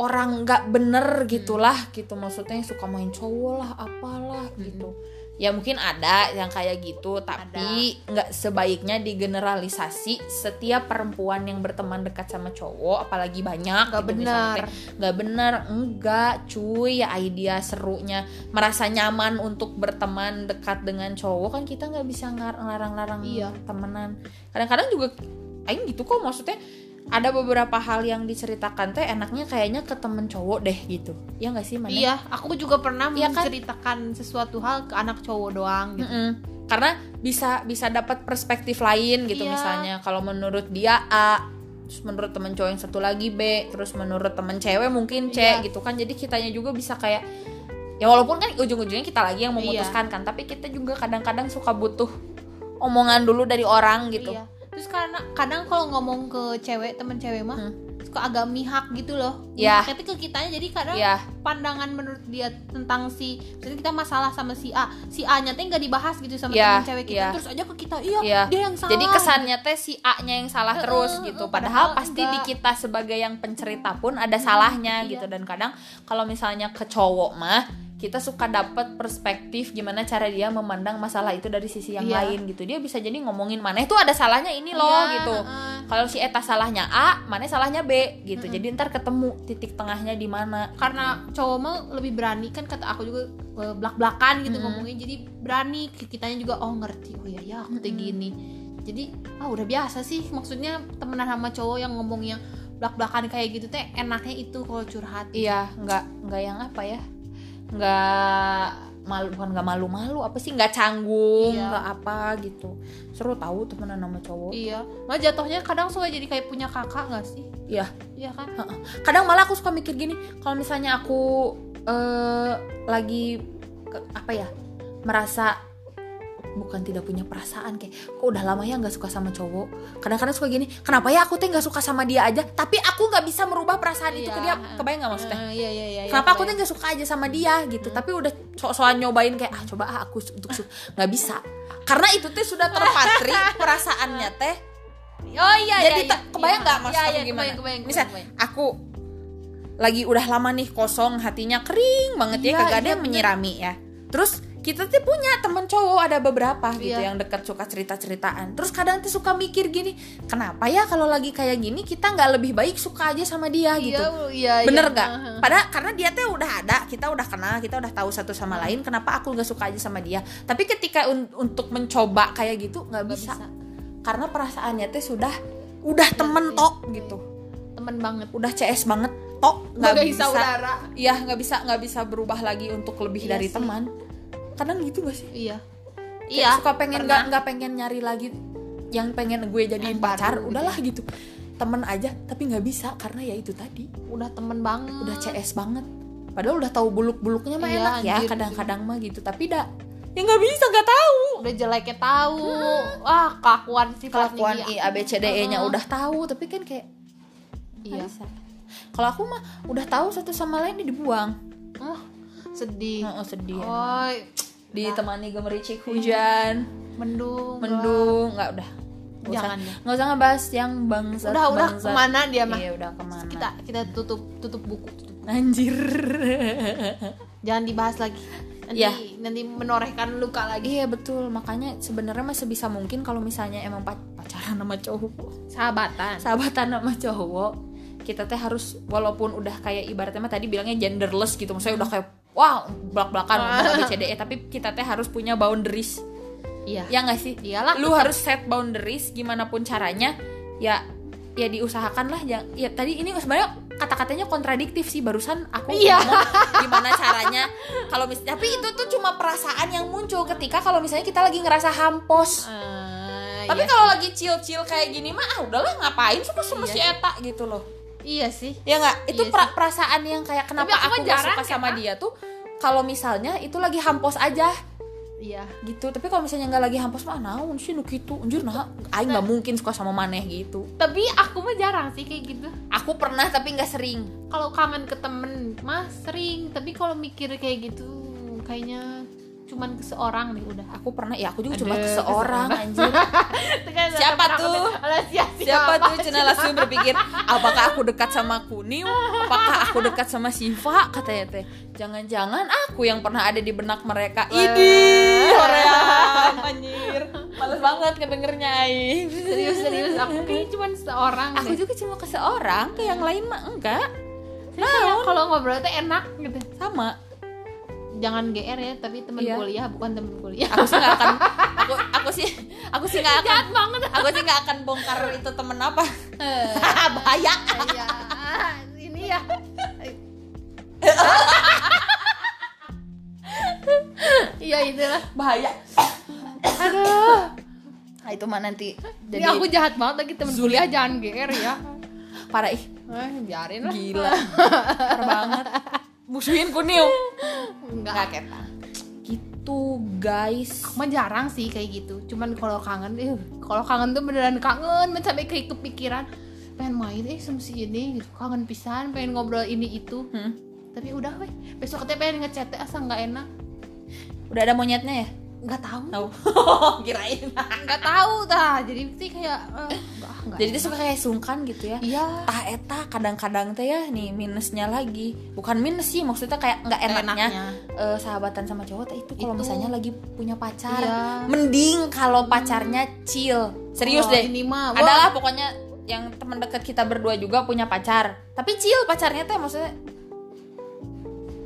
Speaker 1: orang nggak bener gitulah
Speaker 2: Hmm.
Speaker 1: gitu maksudnya yang suka main cowok lah apalah gitu ya mungkin ada yang kayak gitu tapi nggak sebaiknya digeneralisasi setiap perempuan yang berteman dekat sama cowok apalagi banyak
Speaker 2: Nggak
Speaker 1: gitu misalnya
Speaker 2: bener.
Speaker 1: teh. nggak bener enggak cuy ya idea serunya merasa nyaman untuk berteman dekat dengan cowok kan kita nggak bisa ngar- ngelarang-larang
Speaker 2: Iya.
Speaker 1: temenan kadang-kadang juga aing gitu kok maksudnya ada beberapa hal yang diceritakan teh enaknya kayaknya ke temen cowok deh gitu ya nggak sih mana
Speaker 2: Iya, aku juga
Speaker 1: Iya
Speaker 2: pernah
Speaker 1: kan? Nah,
Speaker 2: menceritakan sesuatu hal ke anak cowok doang gitu.
Speaker 1: karena bisa bisa dapat perspektif lain gitu
Speaker 2: Iya.
Speaker 1: misalnya kalau menurut dia A terus menurut temen cowok yang satu lagi B terus menurut temen cewek mungkin C
Speaker 2: Iya.
Speaker 1: gitu kan jadi kitanya juga bisa kayak ya walaupun kan ujung-ujungnya kita lagi yang memutuskan
Speaker 2: Iya.
Speaker 1: kan tapi kita juga kadang-kadang suka butuh omongan dulu dari orang gitu
Speaker 2: Iya. Terus karena kadang kalau ngomong ke cewek, temen cewek mah suka agak mihak gitu loh.
Speaker 1: Hmm. Iya.
Speaker 2: Mihaknya tuh ke kitanya jadi kadang
Speaker 1: ya
Speaker 2: pandangan menurut dia tentang si misalnya kita masalah sama si A si A nya teh nggak dibahas gitu sama
Speaker 1: Iya,
Speaker 2: temen cewek kita
Speaker 1: iya.
Speaker 2: terus aja ke kita iya
Speaker 1: Iya.
Speaker 2: dia yang salah
Speaker 1: Jadi kesannya teh si A-nya yang salah
Speaker 2: Heeh,
Speaker 1: terus
Speaker 2: heeh,
Speaker 1: gitu.
Speaker 2: padahal
Speaker 1: Padahal pasti di
Speaker 2: enggak.
Speaker 1: kita sebagai yang pencerita pun ada salahnya
Speaker 2: iya.
Speaker 1: gitu dan kadang kalau misalnya ke cowok mah kita suka dapat perspektif gimana cara dia memandang masalah itu dari sisi yang
Speaker 2: Iya.
Speaker 1: lain gitu. Dia bisa jadi ngomongin mana itu ada salahnya ini loh
Speaker 2: Iya,
Speaker 1: gitu.
Speaker 2: heeh.
Speaker 1: Kalau si Eta salahnya A, mana salahnya B gitu. Jadi ntar ketemu titik tengahnya di mana.
Speaker 2: karena cowok mah lebih berani kan kata aku juga belak belakan gitu
Speaker 1: Mm-mm.
Speaker 2: ngomongnya jadi berani ke kitanya juga oh ngerti oh iya ya aku tuh
Speaker 1: Mm-mm.
Speaker 2: gini jadi ah udah biasa sih maksudnya temenan sama cowok yang ngomongnya belak belakan kayak gitu teh enaknya itu kalau curhat
Speaker 1: Iya, nggak nggak yang apa ya? Nggak malu bukan nggak malu-malu apa sih nggak canggung
Speaker 2: Iya.
Speaker 1: nggak apa gitu seru tahu temenan sama cowok
Speaker 2: iya malah jatuhnya kadang suka jadi kayak punya kakak nggak sih
Speaker 1: Iya.
Speaker 2: iya kan
Speaker 1: kadang malah aku suka mikir gini kalau misalnya aku eh, lagi ke- apa ya merasa bukan tidak punya perasaan kayak kok udah lama ya nggak suka sama cowok kadang-kadang suka gini kenapa ya aku teh nggak suka sama dia aja tapi aku nggak bisa merubah perasaan itu ke dia
Speaker 2: Iya.
Speaker 1: kebayang nggak maksudnya
Speaker 2: Eh, iya iya iya iya,
Speaker 1: kenapa aku tuh
Speaker 2: kebayang.
Speaker 1: nggak suka aja sama dia gitu tapi udah sok-sokan nyobain kayak ah coba ah aku su- untuk su- nggak bisa karena itu tuh sudah terpatri perasaannya teh
Speaker 2: Oh iya iya.
Speaker 1: Jadi
Speaker 2: iya,
Speaker 1: te- kebayang
Speaker 2: iya.
Speaker 1: nggak maksud
Speaker 2: Iya,
Speaker 1: aku
Speaker 2: iya,
Speaker 1: gimana?
Speaker 2: Kebayang, kebayang, Iya,
Speaker 1: Misal-
Speaker 2: kebayang,
Speaker 1: aku lagi udah lama nih kosong hatinya kering banget ya
Speaker 2: Iya,
Speaker 1: kagak ada
Speaker 2: iya,
Speaker 1: yang
Speaker 2: bener.
Speaker 1: menyirami ya terus kita tuh punya teman cowok ada beberapa gitu
Speaker 2: Iya.
Speaker 1: yang dekat suka cerita ceritaan terus kadang tuh suka mikir gini kenapa ya kalau lagi kayak gini kita nggak lebih baik suka aja sama dia
Speaker 2: kebayang.
Speaker 1: gitu
Speaker 2: Iya, iya, iya.
Speaker 1: bener nggak
Speaker 2: Heeh.
Speaker 1: padahal karena dia tuh udah ada kita udah kenal kita udah tahu satu sama lain kenapa aku nggak suka aja sama dia tapi ketika un- untuk mencoba kayak gitu nggak
Speaker 2: Nggak
Speaker 1: bisa. karena perasaannya tuh sudah udah temen
Speaker 2: iya.
Speaker 1: tok gitu
Speaker 2: Temen banget.
Speaker 1: udah CS banget tok nggak
Speaker 2: Sebagai
Speaker 1: bisa
Speaker 2: saudara.
Speaker 1: iya nggak bisa nggak bisa berubah lagi untuk lebih
Speaker 2: Iya
Speaker 1: dari
Speaker 2: sih.
Speaker 1: teman kadang gitu gak sih
Speaker 2: Iya.
Speaker 1: Kayak
Speaker 2: Iya.
Speaker 1: suka pengen
Speaker 2: pernah.
Speaker 1: nggak nggak pengen nyari lagi yang pengen gue jadiin
Speaker 2: Yang
Speaker 1: pacar
Speaker 2: baru gitu
Speaker 1: udahlah gitu temen aja tapi nggak bisa karena ya itu tadi
Speaker 2: Udah temen banget.
Speaker 1: udah CS banget padahal udah tahu buluk-buluknya mah
Speaker 2: Iya,
Speaker 1: enak ya
Speaker 2: anjir.
Speaker 1: kadang-kadang mah gitu tapi dah ya nggak bisa nggak tahu
Speaker 2: Udah jeleknya tahu. Wah, kelakuan sifatnya
Speaker 1: kelakuan
Speaker 2: dia.
Speaker 1: I A B C D E nya
Speaker 2: Iya. Heeh.
Speaker 1: udah tahu tapi kan kayak
Speaker 2: Iya.
Speaker 1: nggak bisa kalau aku mah udah tahu satu sama lain dibuang
Speaker 2: Oh, sedih.
Speaker 1: oh, sedih
Speaker 2: Oi.
Speaker 1: ditemani gemericik hujan
Speaker 2: mendung
Speaker 1: mendung nggak udah Nggak usah-
Speaker 2: Jangan deh.
Speaker 1: nggak usah ngebahas yang bangsa
Speaker 2: udah udah kemana dia mah
Speaker 1: iya udah kemana
Speaker 2: kita kita tutup tutup buku tutup.
Speaker 1: anjir
Speaker 2: jangan dibahas lagi nanti
Speaker 1: Iya.
Speaker 2: nanti menorehkan luka lagi
Speaker 1: iya betul makanya sebenarnya masih bisa mungkin kalau misalnya emang pac- pacaran sama cowok
Speaker 2: sahabatan
Speaker 1: sahabatan sama cowok kita teh harus walaupun udah kayak ibaratnya mah tadi bilangnya genderless gitu maksudnya udah kayak wah belak belakan
Speaker 2: Ah.
Speaker 1: ABCDE E, tapi kita teh harus punya boundaries
Speaker 2: iya
Speaker 1: ya nggak sih
Speaker 2: Iyalah,
Speaker 1: lu
Speaker 2: tetap.
Speaker 1: harus set boundaries gimana pun caranya ya ya diusahakan lah ya, ya tadi ini sebenarnya kata-katanya kontradiktif sih barusan aku
Speaker 2: Iya.
Speaker 1: ngomong gimana caranya kalau mis tapi itu tuh cuma perasaan yang muncul ketika kalau misalnya kita lagi ngerasa hampos
Speaker 2: Eh,
Speaker 1: tapi
Speaker 2: iya.
Speaker 1: kalau lagi chill-chill kayak gini mah ah udahlah ngapain suka sama
Speaker 2: Iya
Speaker 1: si Eta gitu loh
Speaker 2: iya sih
Speaker 1: ya nggak itu
Speaker 2: Iya
Speaker 1: pra- perasaan yang kayak kenapa
Speaker 2: aku mah
Speaker 1: aku, nggak
Speaker 2: jarang,
Speaker 1: suka sama
Speaker 2: Eta.
Speaker 1: dia tuh kalau misalnya itu lagi hampos aja
Speaker 2: iya
Speaker 1: gitu tapi kalau misalnya nggak lagi hampus mah naon sih nu gitu anjir nah aing nggak mungkin suka sama maneh gitu
Speaker 2: tapi aku mah jarang sih kayak gitu
Speaker 1: aku pernah tapi nggak sering
Speaker 2: kalau kangen ke temen mah sering tapi kalau mikir kayak gitu kayaknya cuman ke seorang nih udah
Speaker 1: aku pernah ya aku juga cuma
Speaker 2: Aduh,
Speaker 1: ke seorang
Speaker 2: keseorang.
Speaker 1: anjir Siapa tuh? siapa tuh Cina langsung berpikir apakah aku dekat sama Kunil apakah aku dekat sama Siva katanya teh jangan-jangan aku yang pernah ada di benak mereka idi Korea anjir males banget kedengernya aing
Speaker 2: serius serius aku kayaknya cuman seorang
Speaker 1: aku
Speaker 2: deh.
Speaker 1: juga cuma ke seorang ke yang lain mah enggak Nah,
Speaker 2: Kayaknya Iya, kalau ngobrol tuh enak gitu
Speaker 1: sama
Speaker 2: jangan gr ya tapi teman
Speaker 1: Iya.
Speaker 2: kuliah bukan teman kuliah
Speaker 1: aku sih nggak akan aku aku sih aku sih nggak akan
Speaker 2: jahat banget
Speaker 1: aku sih nggak akan bongkar itu temen apa Eh. bahaya
Speaker 2: ya ini ya iya itulah
Speaker 1: bahaya
Speaker 2: aduh
Speaker 1: nah, itu mah nanti
Speaker 2: jadi
Speaker 1: jadi
Speaker 2: aku jahat banget lagi temen kuliah jangan gr ya
Speaker 1: parah ih
Speaker 2: eh, biarin lah
Speaker 1: gila parah banget musuhin kunil
Speaker 2: enggak
Speaker 1: nggak keta gitu guys
Speaker 2: mah jarang sih kayak gitu cuman kalau kangen eh kalau kangen tuh beneran kangen men sampai kayak kepikiran pengen main eh sama si ini gitu kangen pisan pengen ngobrol ini itu
Speaker 1: Hmm.
Speaker 2: tapi udah weh besok teh pengen ngechat teh asa nggak enak
Speaker 1: udah ada monyetnya ya
Speaker 2: nggak tahu
Speaker 1: tahu kirain
Speaker 2: nggak tahu dah jadi sih kayak eh, nggak nggak
Speaker 1: jadi dia suka kayak sungkan gitu ya
Speaker 2: iya
Speaker 1: tah eta kadang-kadang teh ya nih minusnya lagi bukan minus sih maksudnya kayak nggak
Speaker 2: Nggak
Speaker 1: enaknya,
Speaker 2: enaknya.
Speaker 1: eh, sahabatan sama cowok teh itu kalau
Speaker 2: Itu.
Speaker 1: misalnya lagi punya pacar
Speaker 2: Iya.
Speaker 1: mending kalau pacarnya chill serius
Speaker 2: Kalau
Speaker 1: deh
Speaker 2: ini mah wah,
Speaker 1: adalah pokoknya yang teman dekat kita berdua juga punya pacar tapi chill pacarnya teh maksudnya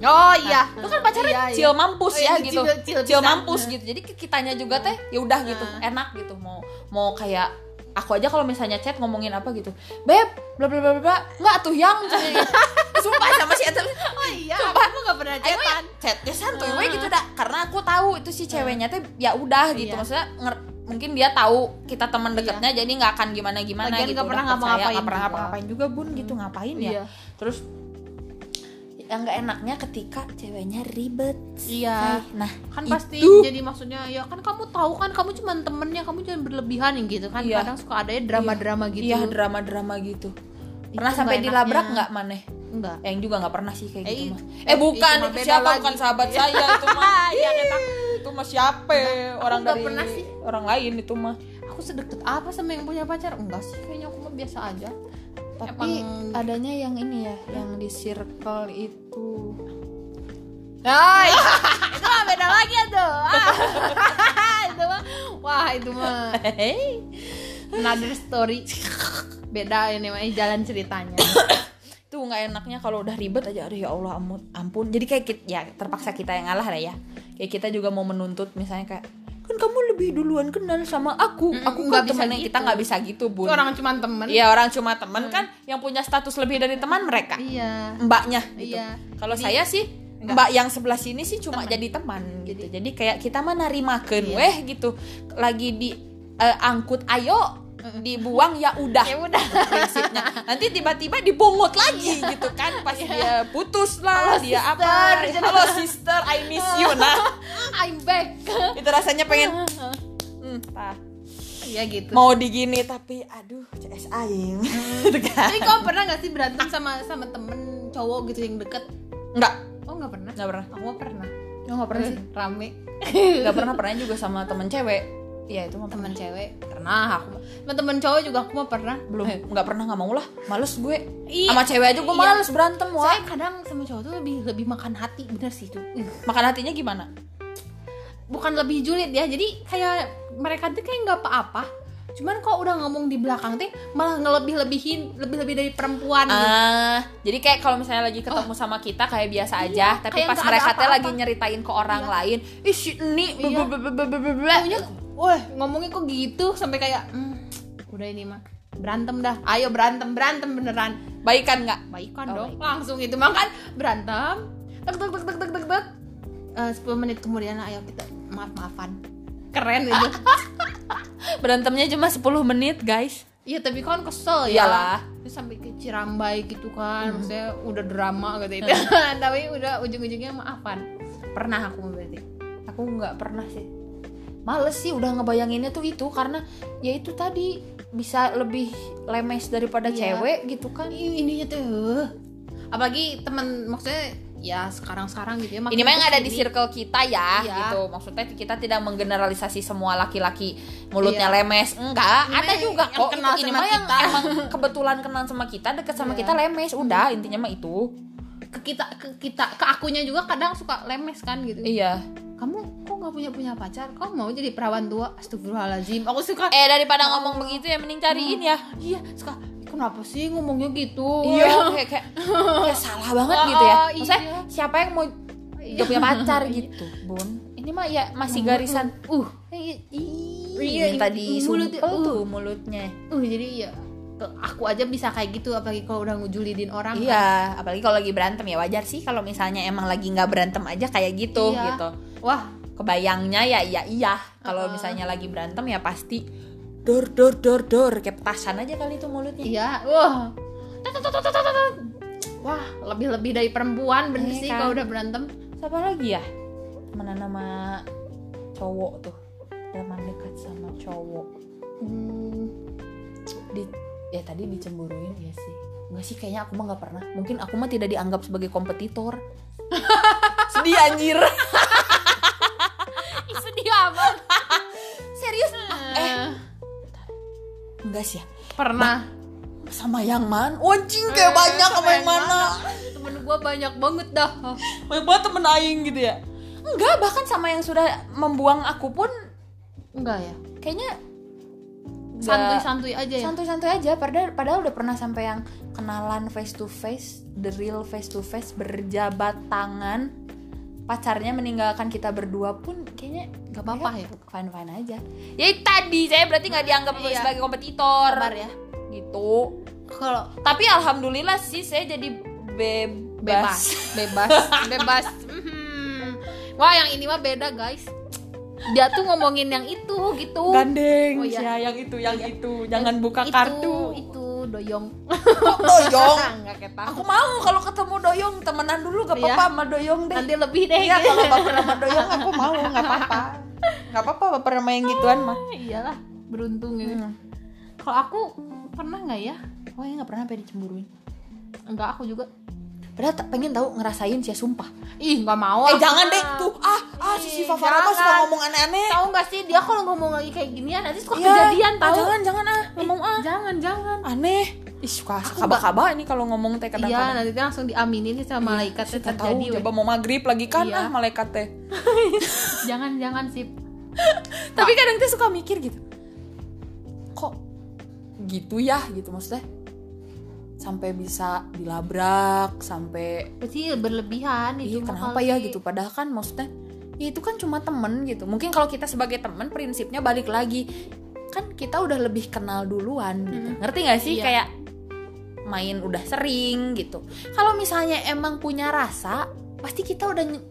Speaker 2: oh iya
Speaker 1: itu kan pacarnya
Speaker 2: Iya, iya.
Speaker 1: chill mampus
Speaker 2: Oh, iya,
Speaker 1: ya
Speaker 2: chill-
Speaker 1: gitu
Speaker 2: chill- chill pisan.
Speaker 1: mampus gitu jadi ke kitanya juga teh ya udah gitu
Speaker 2: Nah.
Speaker 1: enak gitu mau mau kayak aku aja kalau misalnya chat ngomongin apa gitu beb bla bla bla bla, bla nggak tuh yang misalnya. gitu. sumpah sama si Eta
Speaker 2: oh iya
Speaker 1: Sumpah.
Speaker 2: aku nggak pernah
Speaker 1: Ayo ya,
Speaker 2: chatan
Speaker 1: chatnya santuy
Speaker 2: Ah.
Speaker 1: we gitu dah karena aku tahu itu si ceweknya teh ya udah gitu
Speaker 2: Iya.
Speaker 1: maksudnya nger- mungkin dia tahu kita teman dekatnya jadi nggak akan gimana gimana
Speaker 2: Lagian
Speaker 1: gitu
Speaker 2: nggak pernah
Speaker 1: Udah percaya,
Speaker 2: ngapa-ngapain
Speaker 1: nggak pernah
Speaker 2: juga.
Speaker 1: ngapa-ngapain juga bun gitu ngapain ya
Speaker 2: Iya.
Speaker 1: terus yang nggak enaknya ketika ceweknya ribet
Speaker 2: iya
Speaker 1: Hai, nah
Speaker 2: kan pasti
Speaker 1: itu.
Speaker 2: jadi maksudnya ya kan kamu tahu kan kamu cuma temennya kamu jangan berlebihan yang gitu kan
Speaker 1: Iya.
Speaker 2: kadang suka adanya drama-drama gitu
Speaker 1: iya drama-drama gitu
Speaker 2: Itu
Speaker 1: pernah
Speaker 2: nggak
Speaker 1: sampai
Speaker 2: enaknya.
Speaker 1: dilabrak nggak maneh
Speaker 2: enggak
Speaker 1: Eh, yang juga nggak pernah sih kayak
Speaker 2: Eh,
Speaker 1: gitu
Speaker 2: itu-
Speaker 1: mah eh bukan
Speaker 2: itu mah
Speaker 1: itu
Speaker 2: beda
Speaker 1: siapa
Speaker 2: lagi.
Speaker 1: bukan sahabat saya itu mah Iya, ketak. itu mah siapa orang
Speaker 2: Nah, nggak
Speaker 1: dari
Speaker 2: pernah sih.
Speaker 1: orang lain itu mah
Speaker 2: aku sedekat apa sama yang punya pacar enggak sih kayaknya aku mah biasa aja
Speaker 1: tapi
Speaker 2: Emang-
Speaker 1: adanya yang ini ya yang di circle itu
Speaker 2: Hai, itu mah beda lagi tuh. Ah. itu mah, wah itu mah
Speaker 1: Hei.
Speaker 2: another story. Beda ini mah jalan ceritanya.
Speaker 1: tuh nggak enaknya kalau udah ribet aja aduh ya Allah ampun ampun jadi kayak kita, ya terpaksa kita yang ngalah lah ya kayak kita juga mau menuntut misalnya kayak kan kamu lebih duluan kenal sama aku
Speaker 2: Mm-mm,
Speaker 1: aku kan
Speaker 2: nggak bisa
Speaker 1: temennya
Speaker 2: gitu.
Speaker 1: kita nggak bisa gitu
Speaker 2: Itu
Speaker 1: bun
Speaker 2: orang cuma temen.
Speaker 1: Iya orang cuma teman kan yang punya status lebih dari teman mereka
Speaker 2: Iya.
Speaker 1: mbaknya gitu.
Speaker 2: Iya.
Speaker 1: Kalau
Speaker 2: Di-
Speaker 1: saya sih
Speaker 2: Enggak.
Speaker 1: mbak yang sebelah sini sih cuma jadi teman gitu. Jadi kayak kita mah narimakeun
Speaker 2: Iya.
Speaker 1: weh gitu. Lagi di eh, angkut ayo dibuang ya udah
Speaker 2: Ya udah.
Speaker 1: prinsipnya. Nanti tiba-tiba dibungut lagi gitu kan pas dia putus lah, dia apa?
Speaker 2: Iya. sister.
Speaker 1: Halo sister, I miss you nah.
Speaker 2: I'm back.
Speaker 1: Itu rasanya pengen hmm, tah.
Speaker 2: Iya gitu.
Speaker 1: mau digini tapi aduh CS aing.
Speaker 2: Hmm.
Speaker 1: Gitu kan.
Speaker 2: Tapi kamu pernah gak sih berantem sama sama temen cowok gitu yang deket?
Speaker 1: Enggak,
Speaker 2: Oh nggak pernah.
Speaker 1: enggak pernah.
Speaker 2: Aku mah Oh, pernah.
Speaker 1: Enggak pernah sih.
Speaker 2: Rame.
Speaker 1: Gak pernah pernah juga sama temen cewek ya itu mah
Speaker 2: teman cewek pernah aku mah teman cowok juga aku mah pernah
Speaker 1: belum Eh, nggak pernah nggak mau lah males gue
Speaker 2: Iya.
Speaker 1: sama cewek aja gue
Speaker 2: Iya.
Speaker 1: males berantem wah
Speaker 2: saya kadang sama cowok tuh lebih lebih makan hati bener sih itu
Speaker 1: makan hatinya gimana
Speaker 2: bukan lebih julid ya jadi kayak mereka tuh kayak nggak apa-apa cuman kok udah ngomong di belakang teh malah ngelebih lebihin lebih lebih dari perempuan gitu.
Speaker 1: ah jadi kayak kalau misalnya lagi ketemu sama kita Oh. Iya, kayak biasa aja tapi
Speaker 2: kayak
Speaker 1: pas
Speaker 2: nggak ada
Speaker 1: mereka teh
Speaker 2: apa-apa.
Speaker 1: lagi nyeritain ke orang lain ih si ini
Speaker 2: Iya.
Speaker 1: blablabla."
Speaker 2: Taunya, wah ngomongnya kok gitu sampai kayak "Hmm, udah ini mah berantem dah ayo berantem berantem beneran
Speaker 1: baikan nggak
Speaker 2: baikan
Speaker 1: Oh,
Speaker 2: dong langsung gitu makan berantem tek tek tek tek tek tek tek Eh, 10 menit kemudian ayo kita maaf maafan keren itu
Speaker 1: berantemnya cuma 10 menit guys
Speaker 2: Iya tapi kan kesel
Speaker 1: Iyalah.
Speaker 2: ya Terus sampai ke Cirambai gitu kan Maksudnya udah drama gitu itu Tapi udah ujung-ujungnya maafan Pernah aku berarti
Speaker 1: aku nggak pernah sih males sih udah ngebayanginnya tuh itu karena ya itu tadi bisa lebih lemes daripada
Speaker 2: Iya.
Speaker 1: cewek gitu kan
Speaker 2: Ih, Ininya tuh eh. Apalagi temen maksudnya ya sekarang-sekarang gitu ya makin
Speaker 1: ini mah yang ada di
Speaker 2: kesini.
Speaker 1: circle kita ya
Speaker 2: Iya.
Speaker 1: gitu maksudnya kita tidak menggeneralisasi semua laki-laki mulutnya
Speaker 2: Iya.
Speaker 1: lemes enggak
Speaker 2: Ini
Speaker 1: ada
Speaker 2: mah
Speaker 1: juga
Speaker 2: yang
Speaker 1: kok
Speaker 2: kenal
Speaker 1: ini
Speaker 2: sama
Speaker 1: mah yang
Speaker 2: kita.
Speaker 1: emang kebetulan kenal sama kita deket sama
Speaker 2: Iya.
Speaker 1: kita lemes udah intinya mah itu
Speaker 2: Ke kita, ke kita, ke akunya juga kadang suka lemes kan gitu
Speaker 1: iya
Speaker 2: Kamu kok gak punya punya pacar? Kamu mau jadi perawan tua? Astagfirullahaladzim Aku suka
Speaker 1: eh daripada
Speaker 2: Oh.
Speaker 1: ngomong begitu ya mending cariin ya
Speaker 2: Iya suka Kenapa sih ngomongnya gitu?
Speaker 1: iya kayak kayak, kayak salah banget gitu ya
Speaker 2: Oh,
Speaker 1: maksudnya
Speaker 2: iya.
Speaker 1: siapa yang mau gak punya pacar gitu bun ini mah ya masih garisan
Speaker 2: Uh
Speaker 1: Eh,
Speaker 2: Iya,
Speaker 1: Iya, tadi
Speaker 2: mulut-
Speaker 1: mulut tuh mulutnya.
Speaker 2: Uh jadi ya ke- aku aja bisa kayak gitu apalagi kalau udah ngejulidin orang.
Speaker 1: Iya, apalagi kalau lagi berantem ya wajar sih kalau misalnya emang lagi nggak berantem aja kayak gitu
Speaker 2: Iya.
Speaker 1: gitu.
Speaker 2: Wah,
Speaker 1: Kebayangnya ya iya iya. Kalau
Speaker 2: Uh-uh.
Speaker 1: misalnya lagi berantem ya pasti dor dor dor dor kayak petasan aja kali itu mulutnya.
Speaker 2: iya. Wah. Tatatatatatatat. Wah, lebih-lebih dari perempuan bener
Speaker 1: Iya
Speaker 2: sih
Speaker 1: kan?
Speaker 2: kalau udah berantem.
Speaker 1: Siapa lagi ya? Mana nama cowok tuh? Teman dekat sama cowok. Hmm. Di ya tadi dicemburuin ya sih. Enggak sih kayaknya aku mah nggak pernah. Mungkin aku mah tidak dianggap sebagai kompetitor. Sedih anjir.
Speaker 2: Ih, sedih amat.
Speaker 1: Serius?
Speaker 2: Eh,
Speaker 1: Enggak sih ya.
Speaker 2: pernah
Speaker 1: sama yang mana? Wancing kayak
Speaker 2: Eh,
Speaker 1: banyak sama,
Speaker 2: sama
Speaker 1: yang
Speaker 2: yang
Speaker 1: mana?
Speaker 2: temen gua banyak banget dah.
Speaker 1: Banyak banget temen aing gitu ya? Enggak, bahkan sama yang sudah membuang aku pun
Speaker 2: Enggak ya?
Speaker 1: kayaknya nggak-
Speaker 2: Santuy-santuy aja ya.
Speaker 1: santuy-santuy aja padahal padahal udah pernah sampai yang kenalan face to face the real face to face berjabat tangan pacarnya meninggalkan kita berdua pun kayaknya
Speaker 2: Gak apa-apa ya.
Speaker 1: fine fine aja ya itu tadi saya berarti nggak dianggap
Speaker 2: Iya.
Speaker 1: sebagai kompetitor
Speaker 2: Sabar ya.
Speaker 1: gitu
Speaker 2: Kalau
Speaker 1: tapi alhamdulillah sih saya jadi bebas,
Speaker 2: bebas, bebas, bebas. Mhm. Wah, yang ini mah beda, guys. Dia tuh ngomongin yang itu gitu.
Speaker 1: gandeng
Speaker 2: Oh, iya.
Speaker 1: ya yang itu yang itu jangan buka
Speaker 2: itu,
Speaker 1: kartu
Speaker 2: itu doyong
Speaker 1: Kok doyong
Speaker 2: nggak kayak tahu
Speaker 1: aku mau kalau ketemu doyong temenan dulu gak apa-apa
Speaker 2: Iya.
Speaker 1: sama doyong deh
Speaker 2: nanti lebih deh
Speaker 1: iya kalau baper sama doyong aku mau nggak apa-apa nggak apa-apa baper sama yang gituan mah
Speaker 2: iyalah beruntung ya kalau aku pernah nggak ya
Speaker 1: wah ya nggak pernah sampai dicemburuin
Speaker 2: nggak aku juga
Speaker 1: padahal tak pengen tahu ngerasain sih ya, sumpah
Speaker 2: ih nggak mau
Speaker 1: eh
Speaker 2: ah.
Speaker 1: jangan deh tuh ah ah si
Speaker 2: Ih,
Speaker 1: Siva Farah mah suka
Speaker 2: jangan.
Speaker 1: ngomong aneh-aneh
Speaker 2: tahu nggak sih dia kalau ngomong lagi kayak ginian nanti suka
Speaker 1: Iya.
Speaker 2: kejadian
Speaker 1: Ah,
Speaker 2: tahu
Speaker 1: jangan jangan ah ngomong ah
Speaker 2: jangan jangan
Speaker 1: aneh ih suka
Speaker 2: Aku
Speaker 1: kaba-kaba ini kalau ngomong teh
Speaker 2: iya
Speaker 1: kadang-kadang
Speaker 2: nanti dia langsung diaminin sama malaikat
Speaker 1: Suka
Speaker 2: tetap
Speaker 1: Iya, tahu
Speaker 2: jadi
Speaker 1: coba mau maghrib lagi kan
Speaker 2: Iya.
Speaker 1: ah malaikat teh
Speaker 2: jangan jangan sih
Speaker 1: tapi kadang tuh suka mikir gitu kok gitu ya gitu maksudnya sampai bisa dilabrak sampai
Speaker 2: pasti berlebihan
Speaker 1: ih
Speaker 2: itu mah
Speaker 1: kenapa
Speaker 2: kali.
Speaker 1: ya gitu padahal kan maksudnya ya itu kan cuma temen gitu mungkin kalau kita sebagai temen prinsipnya balik lagi kan kita udah lebih kenal duluan gitu ngerti nggak sih
Speaker 2: Iya.
Speaker 1: kayak main udah sering gitu kalau misalnya emang punya rasa pasti kita udah ny-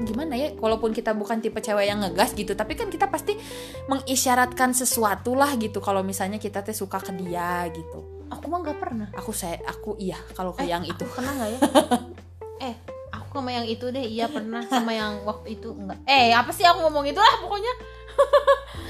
Speaker 1: gimana ya walaupun kita bukan tipe cewek yang ngegas gitu tapi kan kita pasti mengisyaratkan sesuatu lah gitu kalau misalnya kita teh suka ke dia gitu
Speaker 2: aku mah nggak pernah
Speaker 1: aku saya aku iya kalau ke
Speaker 2: Eh,
Speaker 1: yang itu
Speaker 2: aku pernah nggak ya eh aku sama yang itu deh iya pernah sama yang waktu itu enggak eh apa sih aku ngomong itu lah pokoknya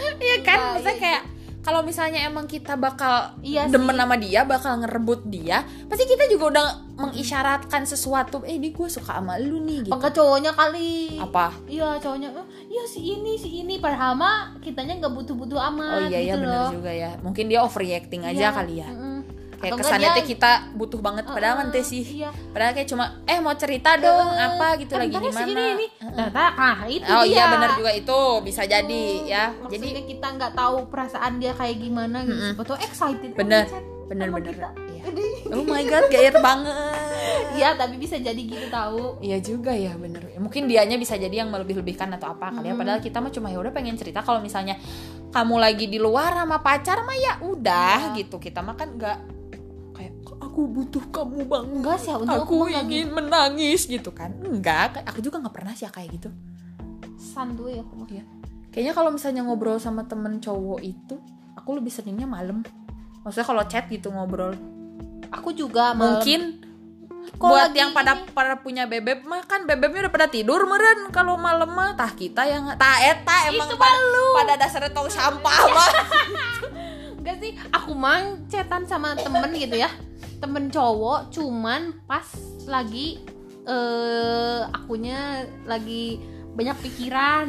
Speaker 1: Iya kan,
Speaker 2: Enggak,
Speaker 1: bisa
Speaker 2: iya,
Speaker 1: kayak kalau misalnya emang kita bakal
Speaker 2: Iya
Speaker 1: demen sama dia bakal ngerebut dia pasti kita juga udah mengisyaratkan sesuatu eh ini gue suka sama lu nih gitu
Speaker 2: Enggak cowoknya kali.
Speaker 1: apa
Speaker 2: Iya cowoknya, "Eh, iya si ini si ini padahal mah kitanya nggak butuh-butuh amat
Speaker 1: oh iya ya
Speaker 2: gitu
Speaker 1: benar
Speaker 2: loh.
Speaker 1: juga ya mungkin dia overreacting aja
Speaker 2: Iya,
Speaker 1: kali ya
Speaker 2: mm-mm.
Speaker 1: kayak
Speaker 2: Atau enggak
Speaker 1: kesannya
Speaker 2: dia-
Speaker 1: teh kita butuh banget padahal
Speaker 2: Heeh,
Speaker 1: mah teh sih
Speaker 2: Iya.
Speaker 1: padahal kayak cuma eh mau cerita dong
Speaker 2: Eh,
Speaker 1: apa gitu
Speaker 2: eh,
Speaker 1: lagi di
Speaker 2: bentar ya, si ini,
Speaker 1: mana
Speaker 2: ini. Ternyata, ah itu
Speaker 1: oh
Speaker 2: dia.
Speaker 1: iya benar juga itu bisa jadi ya jadi
Speaker 2: Hmm, Oh, Maksudnya kita nggak tahu perasaan dia kayak gimana gitu.
Speaker 1: Mm-mm.
Speaker 2: Siapa tahu excited.
Speaker 1: Bener,
Speaker 2: banget
Speaker 1: bener
Speaker 2: sama
Speaker 1: bener
Speaker 2: kita.
Speaker 1: Iya.
Speaker 2: Jadi,
Speaker 1: oh my god gair banget
Speaker 2: Iya, tapi bisa jadi gitu tahu.
Speaker 1: Iya juga ya bener Mungkin dianya bisa jadi yang melebih-lebihkan atau apa kali ya
Speaker 2: Mm.
Speaker 1: Padahal kita mah cuma ya udah pengen cerita Kalau misalnya kamu lagi di luar sama pacar mah ya udah
Speaker 2: Iya.
Speaker 1: gitu Kita mah kan gak kayak "Kok aku butuh kamu banget
Speaker 2: Enggak sih, untuk
Speaker 1: Aku
Speaker 2: mah nggak gitu.
Speaker 1: ingin menangis gitu kan Enggak, kayak- aku juga gak pernah sih ya kayak gitu
Speaker 2: santuy ya, aku mah.
Speaker 1: Kayaknya kalau misalnya ngobrol sama temen cowok itu Aku lebih seringnya malam Maksudnya kalau chat gitu ngobrol
Speaker 2: Aku juga malam.
Speaker 1: Mungkin
Speaker 2: Kalau
Speaker 1: buat
Speaker 2: lagi
Speaker 1: yang pada
Speaker 2: ini-
Speaker 1: para punya bebek mah kan bebeknya udah pada tidur meren kalau malam mah tah kita yang tah eta emang
Speaker 2: Itu
Speaker 1: pada, pada dasarnya tong sampah mah
Speaker 2: Enggak sih, aku mang cetan sama temen gitu ya Temen cowok, cuman pas lagi eh akunya lagi banyak pikiran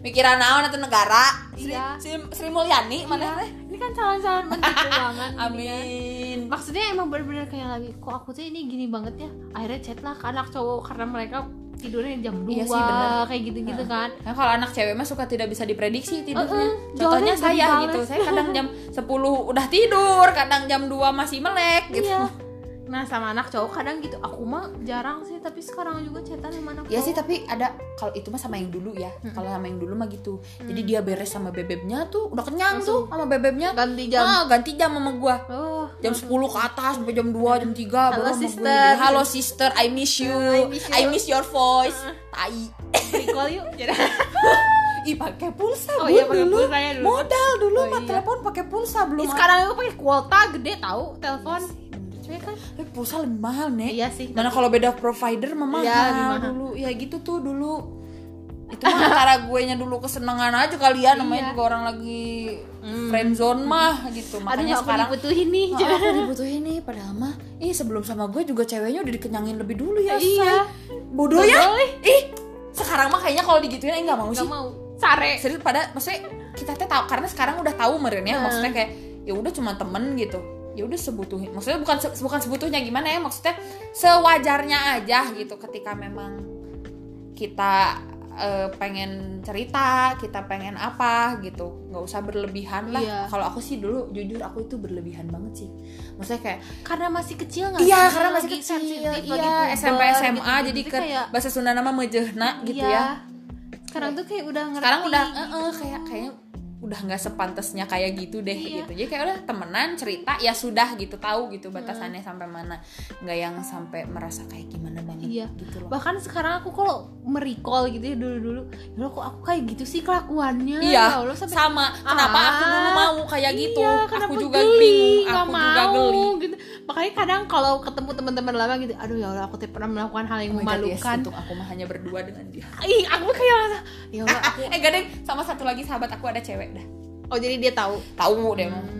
Speaker 1: mikiran naon atau negara Sri,
Speaker 2: Iya.
Speaker 1: Sri, Sri Mulyani
Speaker 2: Iya,
Speaker 1: mana teh
Speaker 2: Ini kan calon-calon menteri keuangan gini ya.
Speaker 1: amin
Speaker 2: Maksudnya emang bener-bener kayak lagi, kok aku tuh ini gini banget ya Akhirnya chat lah ke anak cowok karena mereka tidurnya jam 2
Speaker 1: Iya sih, bener.
Speaker 2: kayak gitu-gitu kan
Speaker 1: Nah, kalau anak cewek mah suka tidak bisa diprediksi tidurnya.
Speaker 2: Mm-mm.
Speaker 1: Contohnya
Speaker 2: Jawabnya
Speaker 1: saya
Speaker 2: jadi
Speaker 1: gitu.
Speaker 2: males.
Speaker 1: Saya kadang jam 10 udah tidur, kadang jam 2 masih melek gitu.
Speaker 2: Iya Nah sama anak cowok kadang gitu, aku mah jarang sih tapi sekarang juga chatan sama anak
Speaker 1: Ya sih
Speaker 2: cowok
Speaker 1: tapi ada kalau itu mah sama yang dulu ya. Kalau sama yang dulu mah gitu.
Speaker 2: Mm.
Speaker 1: Jadi dia beres sama bebeknya tuh udah kenyang tuh sama bebeknya.
Speaker 2: Ganti
Speaker 1: Jam.
Speaker 2: jam
Speaker 1: ganti jam sama gua.
Speaker 2: Oh,
Speaker 1: Jam 10 ke atas sampai jam 2, jam 3
Speaker 2: Halo,
Speaker 1: baru sama gua
Speaker 2: sister.
Speaker 1: gini. Halo sister, I miss you. I miss,
Speaker 2: miss you.
Speaker 1: your voice. Tai.
Speaker 2: recall yuk
Speaker 1: Ih pakai pulsa Bun,
Speaker 2: Oh iya, pakai
Speaker 1: dulu.
Speaker 2: pulsa ya dulu.
Speaker 1: Modal dulu
Speaker 2: Oh,
Speaker 1: mah
Speaker 2: iya.
Speaker 1: telepon pakai pulsa belum.
Speaker 2: Ih,
Speaker 1: ada.
Speaker 2: sekarang aku pakai kuota gede tahu telepon Iya kan
Speaker 1: Eh, pulsa lebih mahal, Nek.
Speaker 2: iya sih
Speaker 1: Mana kalau beda provider mah mahal
Speaker 2: Iya, lebih mahal.
Speaker 1: dulu. Ya gitu tuh dulu. Itu mah antara gue nya dulu kesenangan aja kalian namanya
Speaker 2: Iya. Hmm.
Speaker 1: juga orang lagi friendzone mah gitu. Makanya
Speaker 2: aduh
Speaker 1: sekarang
Speaker 2: aku dibutuhin nih
Speaker 1: "Ah, aku dibutuhin nih padahal mah ih sebelum sama gue juga ceweknya udah dikenyangin lebih dulu ya
Speaker 2: Iya.
Speaker 1: say. bodoh ya ih sekarang mah kayaknya kalau digituin eh nggak mau sih
Speaker 2: nggak mau sare
Speaker 1: serius pada maksudnya kita teh tahu karena sekarang udah tahu meren
Speaker 2: Hmm.
Speaker 1: ya maksudnya kayak ya udah cuma temen gitu ya udah sebutuhnya maksudnya bukan se- bukan sebutuhnya gimana ya maksudnya sewajarnya aja gitu ketika memang kita eh, pengen cerita kita pengen apa gitu nggak usah berlebihan lah
Speaker 2: Iya.
Speaker 1: kalau aku sih dulu jujur aku itu berlebihan banget sih maksudnya kayak
Speaker 2: karena masih kecil nggak
Speaker 1: iya
Speaker 2: sih?
Speaker 1: karena masih
Speaker 2: Lagi
Speaker 1: kecil iya
Speaker 2: sensitif, lagi puber,
Speaker 1: SMP SMA
Speaker 2: gitu-gitu.
Speaker 1: jadi ke
Speaker 2: kayak
Speaker 1: bahasa Sunda nama mejehna gitu
Speaker 2: iya.
Speaker 1: ya
Speaker 2: sekarang tuh kayak udah ngerti
Speaker 1: sekarang udah
Speaker 2: gitu.
Speaker 1: eh, eh, kayak kayaknya udah nggak sepantasnya kayak gitu deh
Speaker 2: Iya.
Speaker 1: gitu jadi kayak udah temenan cerita ya sudah gitu tahu gitu batasannya sampai mana nggak yang sampai merasa kayak gimana banget
Speaker 2: Iya.
Speaker 1: gitu loh
Speaker 2: bahkan sekarang aku kalau merecall gitu ya dulu dulu ya Allah, kok aku kayak gitu sih kelakuannya
Speaker 1: iya
Speaker 2: ya Allah, sampai
Speaker 1: sama kenapa aku dulu
Speaker 2: Ah,
Speaker 1: mau kayak gitu
Speaker 2: Iya,
Speaker 1: aku
Speaker 2: kenapa
Speaker 1: juga
Speaker 2: geli,
Speaker 1: bingung
Speaker 2: nggak
Speaker 1: aku juga
Speaker 2: mau,
Speaker 1: geli Oh
Speaker 2: gitu. Makanya kadang kalau ketemu teman-teman lama gitu, aduh ya Allah aku tuh pernah melakukan hal
Speaker 1: Oh
Speaker 2: yang
Speaker 1: my God, yes,
Speaker 2: memalukan.
Speaker 1: untung aku mah hanya berdua dengan dia
Speaker 2: Ih, aku kayak merasa, ya Allah.
Speaker 1: Ah, eh gadeng sama satu lagi sahabat aku ada cewek dah
Speaker 2: Oh, jadi dia tahu.
Speaker 1: tahu deh emang
Speaker 2: Hmm.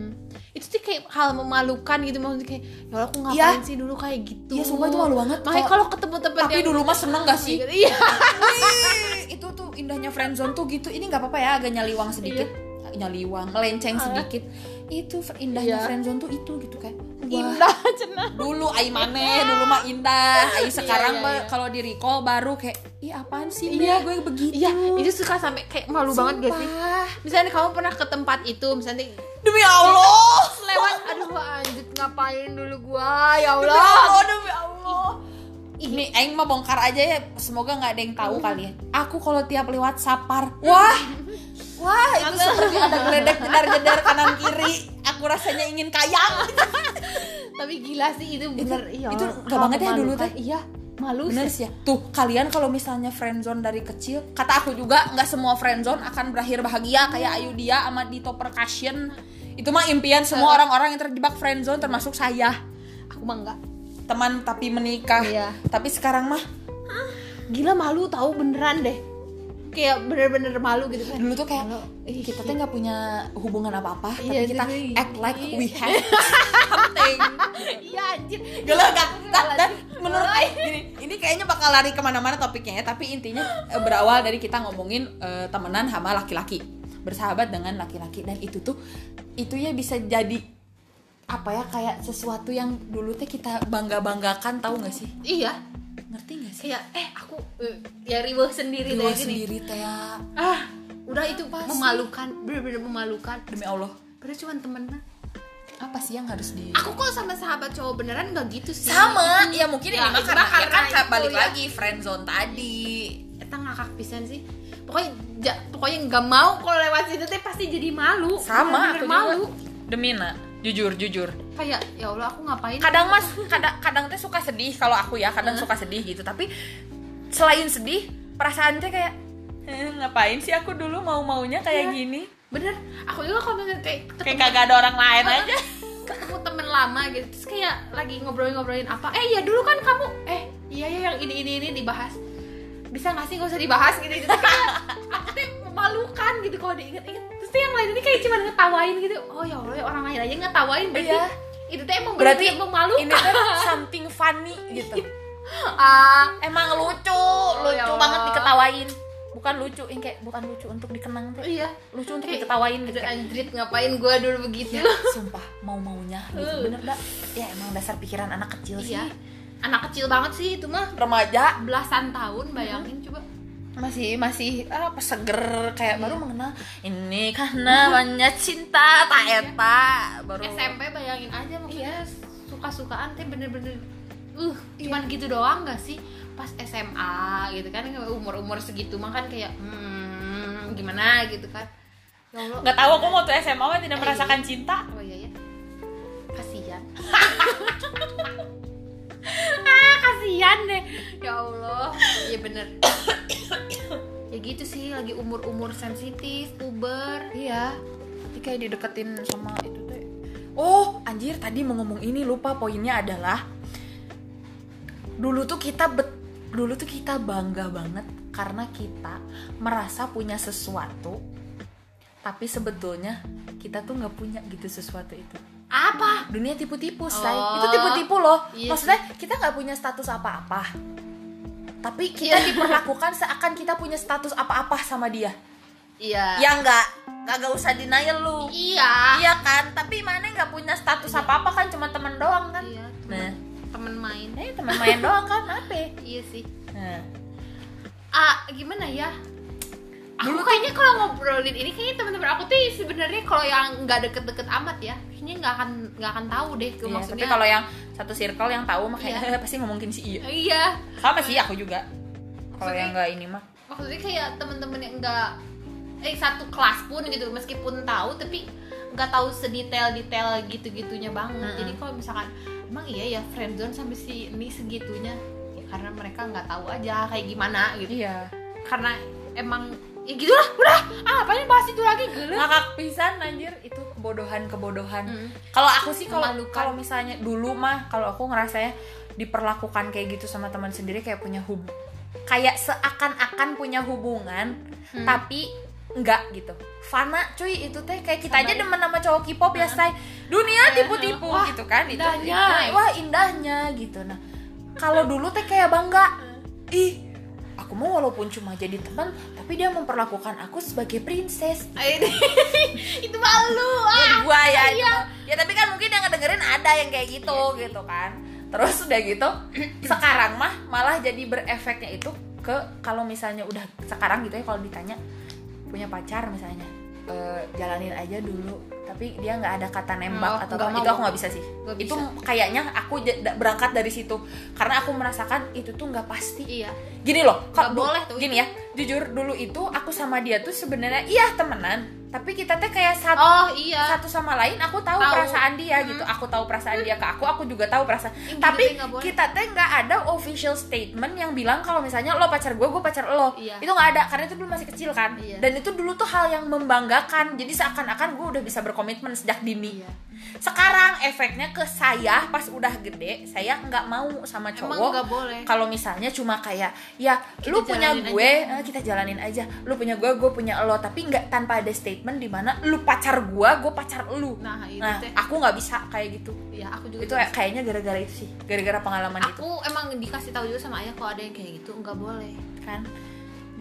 Speaker 2: Itu tuh kayak hal memalukan gitu maksudnya kayak ya Allah aku ngapain
Speaker 1: Iya.
Speaker 2: sih dulu kayak gitu.
Speaker 1: Iya, sumpah itu malu banget.
Speaker 2: Makanya
Speaker 1: Kalau-
Speaker 2: kalau ketemu teman
Speaker 1: tapi
Speaker 2: yang-
Speaker 1: dulu mah seneng gak
Speaker 2: Oh my
Speaker 1: sih
Speaker 2: God, Iya.
Speaker 1: Eh, itu tuh indahnya friendzone tuh gitu ini nggak apa-apa ya agak
Speaker 2: Iya.
Speaker 1: nyaliwang sedikit nyaliwang lenceng sedikit itu f- indahnya
Speaker 2: Ah. Iya.
Speaker 1: friendzone tuh itu gitu kan Wah,
Speaker 2: Indah cenah.
Speaker 1: dulu ai mane dulu mah indah ai sekarang
Speaker 2: iya,
Speaker 1: mah
Speaker 2: iya.
Speaker 1: kalau di recall baru kayak ih apaan sih Mel?
Speaker 2: Iya.
Speaker 1: gue begitu
Speaker 2: Iya, itu suka sampai kayak malu banget gak sih?
Speaker 1: Sumpah.
Speaker 2: Misalnya kamu pernah ke tempat itu, misalnya
Speaker 1: demi Allah
Speaker 2: lewat aduh anjir ngapain dulu gua ya
Speaker 1: demi
Speaker 2: Allah
Speaker 1: Allah demi Allah ini aing mah bongkar aja ya semoga nggak ada yang tahu kali ya aku kalau tiap lewat sapar wah wah itu seperti ada geledek jedar jedar kanan kiri aku rasanya ingin kayang
Speaker 2: tapi gila sih itu bener
Speaker 1: Itu-
Speaker 2: iya
Speaker 1: itu
Speaker 2: orang
Speaker 1: nggak banget ya dulu
Speaker 2: memalukan.
Speaker 1: teh?
Speaker 2: iya malu
Speaker 1: bener sih
Speaker 2: sih
Speaker 1: ya tuh kalian kalau misalnya friendzone dari kecil kata aku juga nggak semua friendzone akan berakhir bahagia kayak Ayu Dia sama Dito Percussion itu mah impian semua orang-orang yang terjebak friendzone termasuk saya
Speaker 2: aku mah enggak
Speaker 1: teman tapi menikah
Speaker 2: Iya.
Speaker 1: tapi sekarang mah
Speaker 2: gila malu tahu beneran deh kayak bener-bener malu gitu kan
Speaker 1: dulu tuh kayak
Speaker 2: Malu. Ih,
Speaker 1: kita tuh nggak punya hubungan apa-apa
Speaker 2: Iya,
Speaker 1: tapi kita
Speaker 2: jadi-
Speaker 1: act like
Speaker 2: iya.
Speaker 1: we have something
Speaker 2: iya anjir
Speaker 1: Gila kan? Dan menurut eh, gini, ini kayaknya bakal lari kemana-mana topiknya ya Tapi intinya eh, berawal dari kita ngomongin eh, temenan sama laki-laki Bersahabat dengan laki-laki Dan itu tuh, itu ya bisa jadi apa ya kayak sesuatu yang dulu teh kita bangga banggakan tahu nggak sih
Speaker 2: iya
Speaker 1: ngerti nggak sih
Speaker 2: kayak eh aku eh, ya riweuh sendiri
Speaker 1: Dua
Speaker 2: deh gini
Speaker 1: sendiri teh ya.
Speaker 2: ah udah itu
Speaker 1: Apa sih?
Speaker 2: memalukan bener-bener memalukan
Speaker 1: demi Allah
Speaker 2: padahal cuma temenan
Speaker 1: apa sih yang harus di
Speaker 2: aku kok sama sahabat cowok beneran nggak gitu sih
Speaker 1: sama ya mungkin ini
Speaker 2: Ya,
Speaker 1: mah
Speaker 2: itu
Speaker 1: karena,
Speaker 2: mah
Speaker 1: ya kan
Speaker 2: karena
Speaker 1: kayak
Speaker 2: itu,
Speaker 1: balik
Speaker 2: ya.
Speaker 1: lagi friendzone tadi
Speaker 2: kita ngakak pisan sih pokoknya ja- pokoknya nggak mau kalau lewat situ teh pasti jadi malu
Speaker 1: sama
Speaker 2: Bener-bener
Speaker 1: aku juga.
Speaker 2: malu
Speaker 1: demi nak jujur jujur
Speaker 2: kayak ya allah aku ngapain
Speaker 1: kadang mas kadang kadang tuh suka sedih kalau aku ya kadang suka sedih gitu tapi selain sedih perasaan teh kayak Iya. "Eh, ngapain sih aku dulu mau maunya kayak gini
Speaker 2: bener aku juga kalau misalnya kayak
Speaker 1: kayak kagak ada orang lain
Speaker 2: Ah.
Speaker 1: aja
Speaker 2: ketemu temen lama gitu terus kayak lagi ngobrolin-ngobrolin apa eh ya dulu kan kamu eh iya ya yang ini ini ini dibahas bisa nggak sih nggak usah dibahas gitu gitu kayak aku tuh memalukan gitu kalau diinget-inget terus tuh yang lain ini kayak cuma ngetawain gitu oh ya allah ya orang lain aja ngetawain berarti
Speaker 1: Iya.
Speaker 2: itu tuh emang
Speaker 1: Berarti
Speaker 2: bener-bener memalukan
Speaker 1: ini tuh something funny gitu Oh,
Speaker 2: ah
Speaker 1: emang lucu
Speaker 2: ya
Speaker 1: lucu
Speaker 2: Allah.
Speaker 1: banget diketawain bukan lucu yang kayak bukan lucu untuk dikenang tuh
Speaker 2: iya
Speaker 1: lucu untuk
Speaker 2: Kayak,
Speaker 1: diketawain gitu
Speaker 2: Aduh,
Speaker 1: Kayak,
Speaker 2: anjrit ngapain gua dulu begitu
Speaker 1: ya, sumpah mau maunya
Speaker 2: Uh.
Speaker 1: gitu bener dah ya emang dasar pikiran anak kecil sih
Speaker 2: iya anak kecil banget sih itu mah
Speaker 1: remaja
Speaker 2: belasan tahun bayangin coba
Speaker 1: masih masih apa seger kayak baru
Speaker 2: Iya.
Speaker 1: mengenal ini karena banyak cinta tak eta
Speaker 2: Iya.
Speaker 1: baru
Speaker 2: SMP bayangin aja maksudnya Iya, suka-sukaan teh bener-bener uh cuman gitu doang gak sih pas SMA gitu kan umur-umur segitu mah kan kayak hmm gimana gitu kan ya Allah
Speaker 1: nggak tahu aku waktu SMA mah tidak
Speaker 2: Eh,
Speaker 1: merasakan cinta
Speaker 2: oh iya ya kasihan ah kasihan deh ya Allah iya bener ya gitu sih lagi umur-umur sensitif puber
Speaker 1: iya jadi kayak dideketin sama itu teh oh anjir tadi mau ngomong ini lupa poinnya adalah dulu tuh kita bet dulu tuh kita bangga banget karena kita merasa punya sesuatu tapi sebetulnya kita tuh nggak punya gitu sesuatu itu
Speaker 2: apa
Speaker 1: dunia tipu-tipu say
Speaker 2: Oh.
Speaker 1: itu tipu-tipu loh
Speaker 2: Iya
Speaker 1: maksudnya kita nggak punya status apa-apa tapi kita
Speaker 2: Iya.
Speaker 1: diperlakukan seakan kita punya status apa-apa sama dia
Speaker 2: iya
Speaker 1: ya nggak nggak usah denial lu
Speaker 2: iya
Speaker 1: iya kan tapi mana nggak punya status apa-apa kan cuma teman doang kan
Speaker 2: iya temen,
Speaker 1: nah
Speaker 2: temen main
Speaker 1: eh teman main doang kan apa
Speaker 2: Iya sih.
Speaker 1: nah
Speaker 2: Ah, gimana ya? Aku kayaknya kalau ngobrolin ini kayaknya teman-teman aku tuh sebenarnya kalau yang nggak deket-deket amat ya, kayaknya nggak akan nggak akan tahu deh ke
Speaker 1: Iya,
Speaker 2: maksudnya.
Speaker 1: tapi kalau yang satu circle yang tahu makanya pasti ngomongin si iya
Speaker 2: Iya,
Speaker 1: sama sih aku juga kalau
Speaker 2: Maksudnya-
Speaker 1: yang nggak ini mah
Speaker 2: maksudnya kayak teman-teman yang nggak eh satu kelas pun gitu meskipun tahu tapi nggak tahu sedetail-detail gitu-gitunya banget.
Speaker 1: Mm-mm.
Speaker 2: Jadi kalau misalkan emang iya ya friendzone sampai si ini segitunya ya karena mereka nggak tahu aja kayak gimana gitu.
Speaker 1: iya
Speaker 2: Karena emang ya gitulah udah ah ngapain bahas itu lagi geulah.
Speaker 1: ngakak pisan anjir itu kebodohan kebodohan
Speaker 2: Mm.
Speaker 1: kalau aku sih kalau
Speaker 2: Memalukan.
Speaker 1: kalau misalnya dulu mah kalau aku ngerasanya diperlakukan kayak gitu sama teman sendiri kayak punya hub kayak seakan-akan punya hubungan
Speaker 2: Hmm.
Speaker 1: tapi enggak gitu fana cuy itu teh kayak kita
Speaker 2: Sama
Speaker 1: aja
Speaker 2: ya. Iya.
Speaker 1: demen sama cowok K-pop ya say dunia tipu-tipu
Speaker 2: Wah,
Speaker 1: gitu kan itu
Speaker 2: indahnya.
Speaker 1: itu- wah indahnya gitu nah kalau dulu teh kayak bangga ih aku mau walaupun cuma jadi teman tapi dia memperlakukan aku sebagai princess
Speaker 2: Ah, itu malu ah
Speaker 1: Menurut gua ya itu
Speaker 2: iya.
Speaker 1: mah. ya tapi kan mungkin yang ngedengerin ada yang kayak gitu gitu kan terus udah gitu sekarang mah malah jadi berefeknya itu ke kalau misalnya udah sekarang gitu ya kalau ditanya punya pacar misalnya "Eh, jalanin aja dulu tapi dia nggak ada kata nembak
Speaker 2: Nggak,
Speaker 1: atau
Speaker 2: Oh, nggak
Speaker 1: apa.
Speaker 2: mau.
Speaker 1: itu aku nggak bisa sih
Speaker 2: Nggak
Speaker 1: itu
Speaker 2: bisa.
Speaker 1: kayaknya aku j- da- berangkat dari situ karena aku merasakan itu tuh nggak pasti
Speaker 2: iya
Speaker 1: gini loh
Speaker 2: Nggak
Speaker 1: kalau du-
Speaker 2: boleh tuh
Speaker 1: gini ya jujur dulu itu aku sama dia tuh sebenarnya iya temenan tapi kita teh kayak satu
Speaker 2: oh iya
Speaker 1: satu sama lain aku tahu,
Speaker 2: Tahu.
Speaker 1: perasaan dia
Speaker 2: Hmm.
Speaker 1: gitu aku tahu perasaan dia ke aku aku juga tahu perasaan
Speaker 2: Ih, gitu
Speaker 1: tapi
Speaker 2: teh nggak boleh.
Speaker 1: kita teh nggak ada official statement yang bilang kalau misalnya lo pacar gue gue pacar lo
Speaker 2: Iya.
Speaker 1: itu nggak ada karena itu dulu masih kecil kan
Speaker 2: Iya.
Speaker 1: dan itu dulu tuh hal yang membanggakan jadi seakan-akan gue udah bisa berkomitmen sejak dini
Speaker 2: iya
Speaker 1: sekarang efeknya ke saya pas udah gede saya nggak mau sama
Speaker 2: emang
Speaker 1: cowok
Speaker 2: nggak boleh
Speaker 1: kalau misalnya cuma kayak ya lu punya
Speaker 2: jalanin
Speaker 1: gue eh, kita jalanin aja lu punya gue gue punya lo tapi nggak tanpa ada statement di mana lu pacar gue gue pacar lu
Speaker 2: nah itu
Speaker 1: nah
Speaker 2: teh
Speaker 1: aku nggak bisa kayak gitu
Speaker 2: ya aku juga
Speaker 1: itu kayaknya gara-gara itu sih gara-gara pengalaman itu
Speaker 2: aku emang dikasih tahu juga sama ayah kalau ada yang kayak gitu nggak boleh
Speaker 1: kan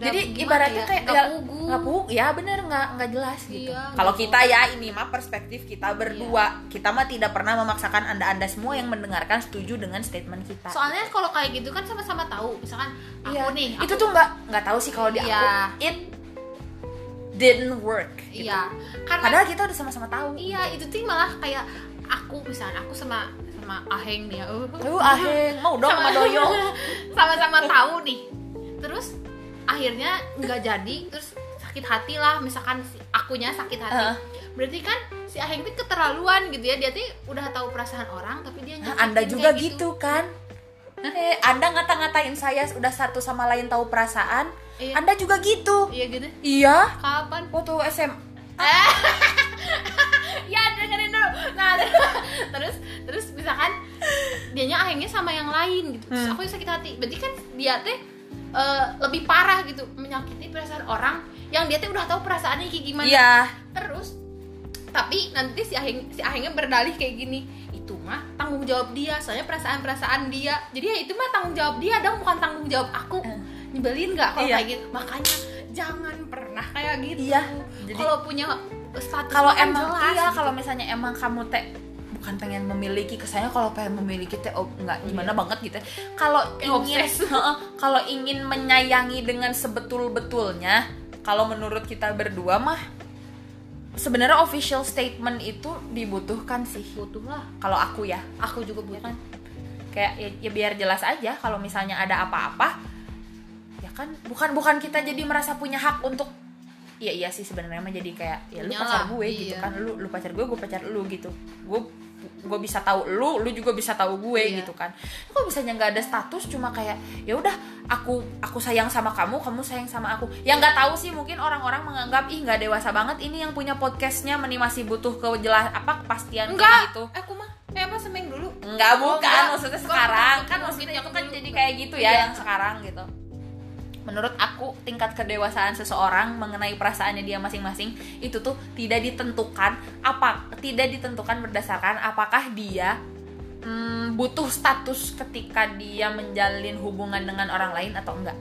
Speaker 2: Nggak-
Speaker 1: jadi
Speaker 2: gimana
Speaker 1: ibaratnya
Speaker 2: ya?
Speaker 1: kayak
Speaker 2: Nggak
Speaker 1: ya,
Speaker 2: pugu.
Speaker 1: nggak pugu. ya bener nggak nggak jelas gitu
Speaker 2: Iya,
Speaker 1: kalau
Speaker 2: nggak Iya.
Speaker 1: kita ya ini mah perspektif kita berdua kita mah tidak pernah memaksakan anda anda semua yang mendengarkan setuju dengan statement kita
Speaker 2: soalnya kalau kayak gitu kan sama-sama tahu misalkan
Speaker 1: Iya.
Speaker 2: aku nih
Speaker 1: itu tuh nggak nggak tahu sih kalau di aku
Speaker 2: Iya.
Speaker 1: it didn't work gitu.
Speaker 2: iya karena
Speaker 1: padahal kita udah sama-sama tahu
Speaker 2: iya itu tuh malah kayak aku misalnya aku sama sama aheng nih ya
Speaker 1: lu aheng mau dong sama doyo Eh.
Speaker 2: sama-sama tahu nih terus akhirnya nggak jadi terus sakit hati lah misalkan si akunya sakit hati
Speaker 1: Heeh.
Speaker 2: berarti kan si Aheng tuh keterlaluan gitu ya dia tuh udah tahu perasaan orang tapi dia
Speaker 1: Nah,
Speaker 2: nyakitin
Speaker 1: anda
Speaker 2: kayak
Speaker 1: juga gitu, kan eh anda ngata-ngatain saya udah satu sama lain tahu perasaan
Speaker 2: Iya.
Speaker 1: anda juga gitu
Speaker 2: iya gitu
Speaker 1: iya
Speaker 2: kapan
Speaker 1: waktu SM
Speaker 2: ya dengerin dulu nah terus terus misalkan dianya ahengnya sama yang lain gitu terus
Speaker 1: Hmm.
Speaker 2: aku sakit hati berarti kan dia teh eh, lebih parah gitu menyakiti perasaan orang yang dia teh udah tahu perasaannya kayak gimana
Speaker 1: iya
Speaker 2: terus tapi nanti si aheng si ahengnya berdalih kayak gini itu mah tanggung jawab dia soalnya perasaan perasaan dia jadi ya itu mah tanggung jawab dia dong bukan tanggung jawab aku
Speaker 1: Eh.
Speaker 2: nyebelin nggak kalau
Speaker 1: Iya.
Speaker 2: kayak gitu makanya jangan pernah kayak gitu
Speaker 1: Iya. Jadi-
Speaker 2: kalau punya status
Speaker 1: kalau
Speaker 2: kan
Speaker 1: emang
Speaker 2: jelas
Speaker 1: iya
Speaker 2: gitu.
Speaker 1: kalau misalnya emang kamu teh bukan pengen memiliki kesannya kalau pengen memiliki teh oh,
Speaker 2: Iya.
Speaker 1: nggak gimana banget gitu ya. kalau
Speaker 2: Kayak
Speaker 1: ingin
Speaker 2: obses.
Speaker 1: Heeh, kalau ingin menyayangi dengan sebetul betulnya kalau menurut kita berdua mah sebenarnya official statement itu dibutuhkan sih
Speaker 2: butuh lah Iya
Speaker 1: kalau aku ya
Speaker 2: aku juga butuh
Speaker 1: kan? kayak ya, ya biar jelas aja kalau misalnya ada apa-apa ya kan bukan bukan kita jadi merasa punya hak untuk ya iya sih sebenarnya mah jadi kayak ya lu
Speaker 2: Punya
Speaker 1: pacar
Speaker 2: lah,
Speaker 1: gue gitu
Speaker 2: iya.
Speaker 1: kan lu lu pacar gue gue pacar lu gitu gue gue bisa tahu lu lu juga bisa tahu gue
Speaker 2: Iya.
Speaker 1: gitu kan kok misalnya nggak ada status cuma kayak ya udah aku aku sayang sama kamu kamu sayang sama aku yang nggak tahu sih mungkin orang-orang menganggap ih nggak dewasa banget ini yang punya podcastnya meni masih butuh kejelas apa kepastian
Speaker 2: enggak
Speaker 1: kayak gitu
Speaker 2: aku mah eh apa semeng dulu
Speaker 1: Enggak
Speaker 2: Oh,
Speaker 1: bukan,
Speaker 2: enggak.
Speaker 1: maksudnya
Speaker 2: Gua
Speaker 1: sekarang
Speaker 2: takut
Speaker 1: kan
Speaker 2: mungkin
Speaker 1: maksudnya itu
Speaker 2: yang
Speaker 1: kan
Speaker 2: dulu
Speaker 1: jadi
Speaker 2: enggak.
Speaker 1: kayak gitu ya
Speaker 2: Iya.
Speaker 1: yang sekarang gitu. Menurut aku tingkat kedewasaan seseorang mengenai perasaannya dia masing-masing itu tuh tidak ditentukan apa tidak ditentukan berdasarkan apakah dia mm, butuh status ketika dia menjalin hubungan dengan orang lain atau enggak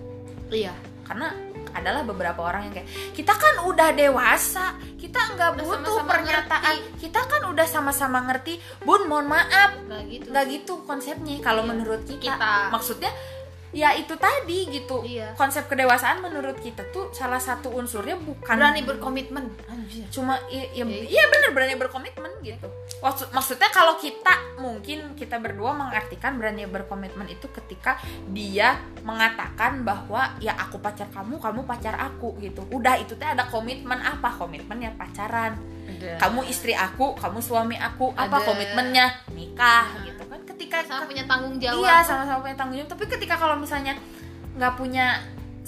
Speaker 2: iya
Speaker 1: karena adalah beberapa orang yang kayak kita kan udah dewasa kita nggak
Speaker 2: Udah
Speaker 1: butuh
Speaker 2: sama-sama
Speaker 1: pernyataan kita kan udah sama-sama ngerti bun mohon maaf
Speaker 2: enggak gitu
Speaker 1: nggak gitu konsepnya kalau
Speaker 2: Iya.
Speaker 1: menurut kita.
Speaker 2: Kita.
Speaker 1: maksudnya ya itu tadi gitu
Speaker 2: Iya.
Speaker 1: konsep kedewasaan menurut kita tuh salah satu unsurnya bukan
Speaker 2: berani berkomitmen anjir
Speaker 1: cuma i- ya,
Speaker 2: Iya.
Speaker 1: iya bener berani berkomitmen gitu Maksud- maksudnya kalau kita mungkin kita berdua mengartikan berani berkomitmen itu ketika dia mengatakan bahwa ya aku pacar kamu kamu pacar aku gitu udah itu teh ada komitmen apa komitmen ya pacaran kamu istri aku kamu suami aku apa
Speaker 2: Ada.
Speaker 1: komitmennya nikah gitu kan ketika
Speaker 2: sama punya tanggung jawab
Speaker 1: iya sama-sama punya tanggung jawab tapi ketika kalau misalnya nggak punya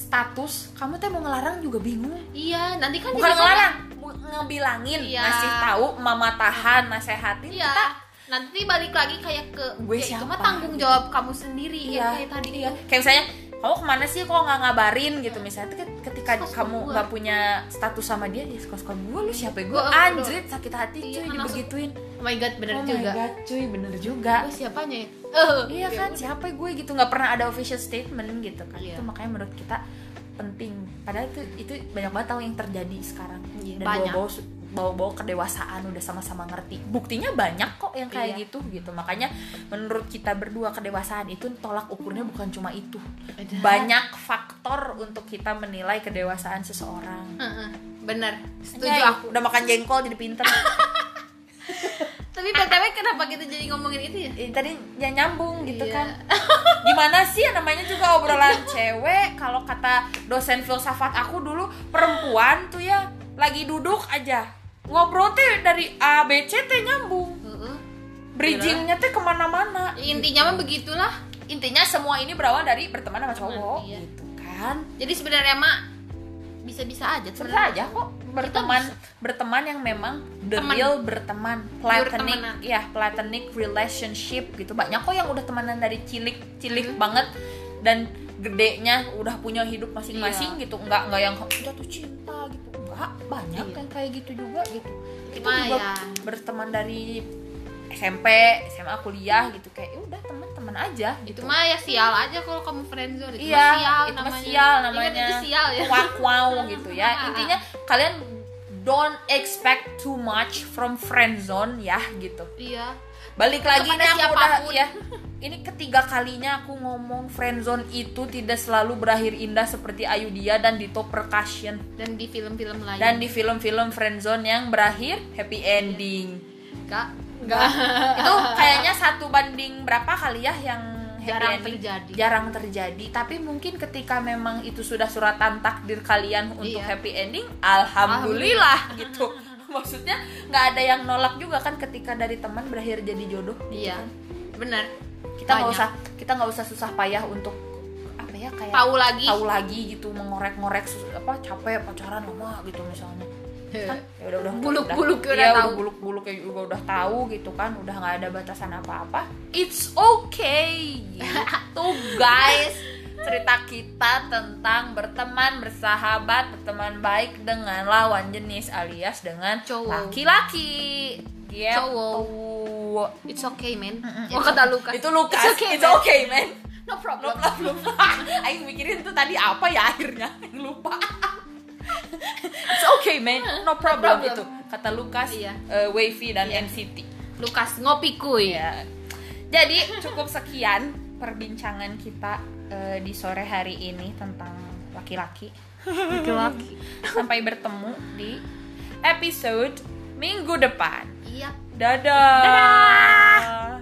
Speaker 1: status kamu teh mau ngelarang juga bingung
Speaker 2: Iya, nanti kan
Speaker 1: bukan
Speaker 2: jadi sama-
Speaker 1: ngelarang bu- ngebilangin
Speaker 2: Iya.
Speaker 1: ngasih tahu mama tahan nasehatin
Speaker 2: Iya.
Speaker 1: kita
Speaker 2: Nanti balik lagi kayak ke
Speaker 1: Gue
Speaker 2: ya, itu
Speaker 1: siapa?
Speaker 2: mah tanggung jawab kamu sendiri ya kayak tadi.
Speaker 1: iya. kayak misalnya kamu kemana sih kok nggak ngabarin gitu misalnya Tapi ketika
Speaker 2: Suka-suka
Speaker 1: kamu
Speaker 2: gua.
Speaker 1: nggak punya status sama dia ya suka suka gue lu siapa gue
Speaker 2: Gua-
Speaker 1: anjir sakit hati
Speaker 2: Iya,
Speaker 1: cuy
Speaker 2: kan langsung-
Speaker 1: dibegituin
Speaker 2: Oh my god, bener
Speaker 1: oh
Speaker 2: juga.
Speaker 1: my god cuy bener juga
Speaker 2: Gue siapanya ya? Eh,
Speaker 1: Iya
Speaker 2: ya
Speaker 1: kan
Speaker 2: udah.
Speaker 1: siapa gue gitu nggak pernah ada official statement gitu kan
Speaker 2: Iya.
Speaker 1: itu makanya menurut kita penting padahal itu itu banyak banget tau yang terjadi sekarang
Speaker 2: Iya,
Speaker 1: dan
Speaker 2: banyak.
Speaker 1: bawa bawa bawa kedewasaan udah sama-sama ngerti buktinya banyak kok yang kayak
Speaker 2: Iya.
Speaker 1: gitu gitu makanya menurut kita berdua kedewasaan itu tolak ukurnya bukan cuma itu
Speaker 2: Ada.
Speaker 1: banyak faktor untuk kita menilai kedewasaan seseorang
Speaker 2: Heeh, Bener, setuju
Speaker 1: Anjay,
Speaker 2: aku.
Speaker 1: udah makan jengkol jadi pinter
Speaker 2: Tapi btw kenapa kita jadi ngomongin itu ya?
Speaker 1: Eh, tadi ya nyambung gitu
Speaker 2: Iya.
Speaker 1: kan gimana sih namanya juga obrolan cewek kalau kata dosen filsafat aku dulu perempuan tuh ya lagi duduk aja ngobrol teh dari A B C teh nyambung
Speaker 2: Heeh. Ya,
Speaker 1: bridgingnya teh kemana-mana
Speaker 2: Intinya mah begitulah.
Speaker 1: intinya semua ini berawal dari berteman sama
Speaker 2: Teman,
Speaker 1: cowok
Speaker 2: iya.
Speaker 1: gitu kan
Speaker 2: Jadi sebenarnya mak bisa-bisa aja
Speaker 1: Gitu. sebenarnya aja kok berteman berteman yang memang the
Speaker 2: Teman.
Speaker 1: real berteman
Speaker 2: Pure
Speaker 1: platonic
Speaker 2: temenan.
Speaker 1: ya platonic relationship gitu banyak kok yang udah temanan dari cilik
Speaker 2: Hmm.
Speaker 1: cilik banget dan gedenya udah punya hidup masing-masing
Speaker 2: Iya.
Speaker 1: gitu nggak nggak yang jatuh cinta gitu nggak banyak
Speaker 2: Iya.
Speaker 1: yang kayak gitu juga gitu itu
Speaker 2: Cuma
Speaker 1: juga
Speaker 2: ya.
Speaker 1: berteman dari SMP SMA kuliah gitu kayak "Ya udah teman-teman aja
Speaker 2: itu
Speaker 1: gitu
Speaker 2: mah ya sial aja kalau kamu friendzone itu
Speaker 1: Iya,
Speaker 2: mah sial
Speaker 1: itu mah
Speaker 2: namanya
Speaker 1: sial
Speaker 2: Ingat
Speaker 1: namanya.
Speaker 2: itu sial ya Ah,
Speaker 1: wow wow gitu ya intinya kalian don't expect too much from friend zone ya gitu
Speaker 2: iya
Speaker 1: balik lagi
Speaker 2: Kepada
Speaker 1: nih aku udah
Speaker 2: siapapun.
Speaker 1: ya ini ketiga kalinya aku ngomong friendzone itu tidak selalu berakhir indah seperti Ayudhya dan Dito Percussion
Speaker 2: dan di film-film lain
Speaker 1: dan di film-film friendzone yang berakhir happy ending
Speaker 2: enggak
Speaker 1: enggak itu kayaknya satu banding berapa kali ya yang happy
Speaker 2: jarang
Speaker 1: ending?
Speaker 2: terjadi
Speaker 1: jarang terjadi tapi mungkin ketika memang itu sudah suratan takdir kalian untuk
Speaker 2: Iya.
Speaker 1: happy ending alhamdulillah gitu maksudnya nggak ada yang nolak juga kan ketika dari teman berakhir jadi jodoh
Speaker 2: iya benar
Speaker 1: kita nggak
Speaker 2: Banyak.
Speaker 1: usah kita nggak usah susah payah untuk apa ya kayak
Speaker 2: tahu lagi
Speaker 1: tahu lagi gitu mengorek-ngorek sus- apa capek pacaran lama gitu misalnya kan ya udah udah
Speaker 2: Buluk-buluk
Speaker 1: udah,
Speaker 2: udah
Speaker 1: ya, udah
Speaker 2: tahu.
Speaker 1: buluk-buluk ya juga udah tahu gitu kan udah nggak ada batasan apa-apa it's okay gitu guys cerita kita tentang berteman bersahabat berteman baik dengan lawan jenis alias dengan
Speaker 2: Cowok.
Speaker 1: laki-laki
Speaker 2: Ya,
Speaker 1: gitu.
Speaker 2: Cowok. it's okay man
Speaker 1: Mm-mm.
Speaker 2: oh kata Lukas
Speaker 1: itu Lukas
Speaker 2: It's okay,
Speaker 1: it's
Speaker 2: man.
Speaker 1: okay man
Speaker 2: no problem
Speaker 1: Belum, belum, belum. Aing mikirin tuh tadi apa ya akhirnya. Aing lupa. It's okay, man. No problem,
Speaker 2: problem.
Speaker 1: itu. Kata Lukas,
Speaker 2: Iya.
Speaker 1: eh, Wavy dan
Speaker 2: Iya.
Speaker 1: NCT.
Speaker 2: Lukas ngopi kuy
Speaker 1: Ya. Jadi cukup sekian perbincangan kita eh, di sore hari ini tentang laki-laki.
Speaker 2: laki-laki
Speaker 1: Sampai bertemu di episode minggu depan.
Speaker 2: iya
Speaker 1: Dadah.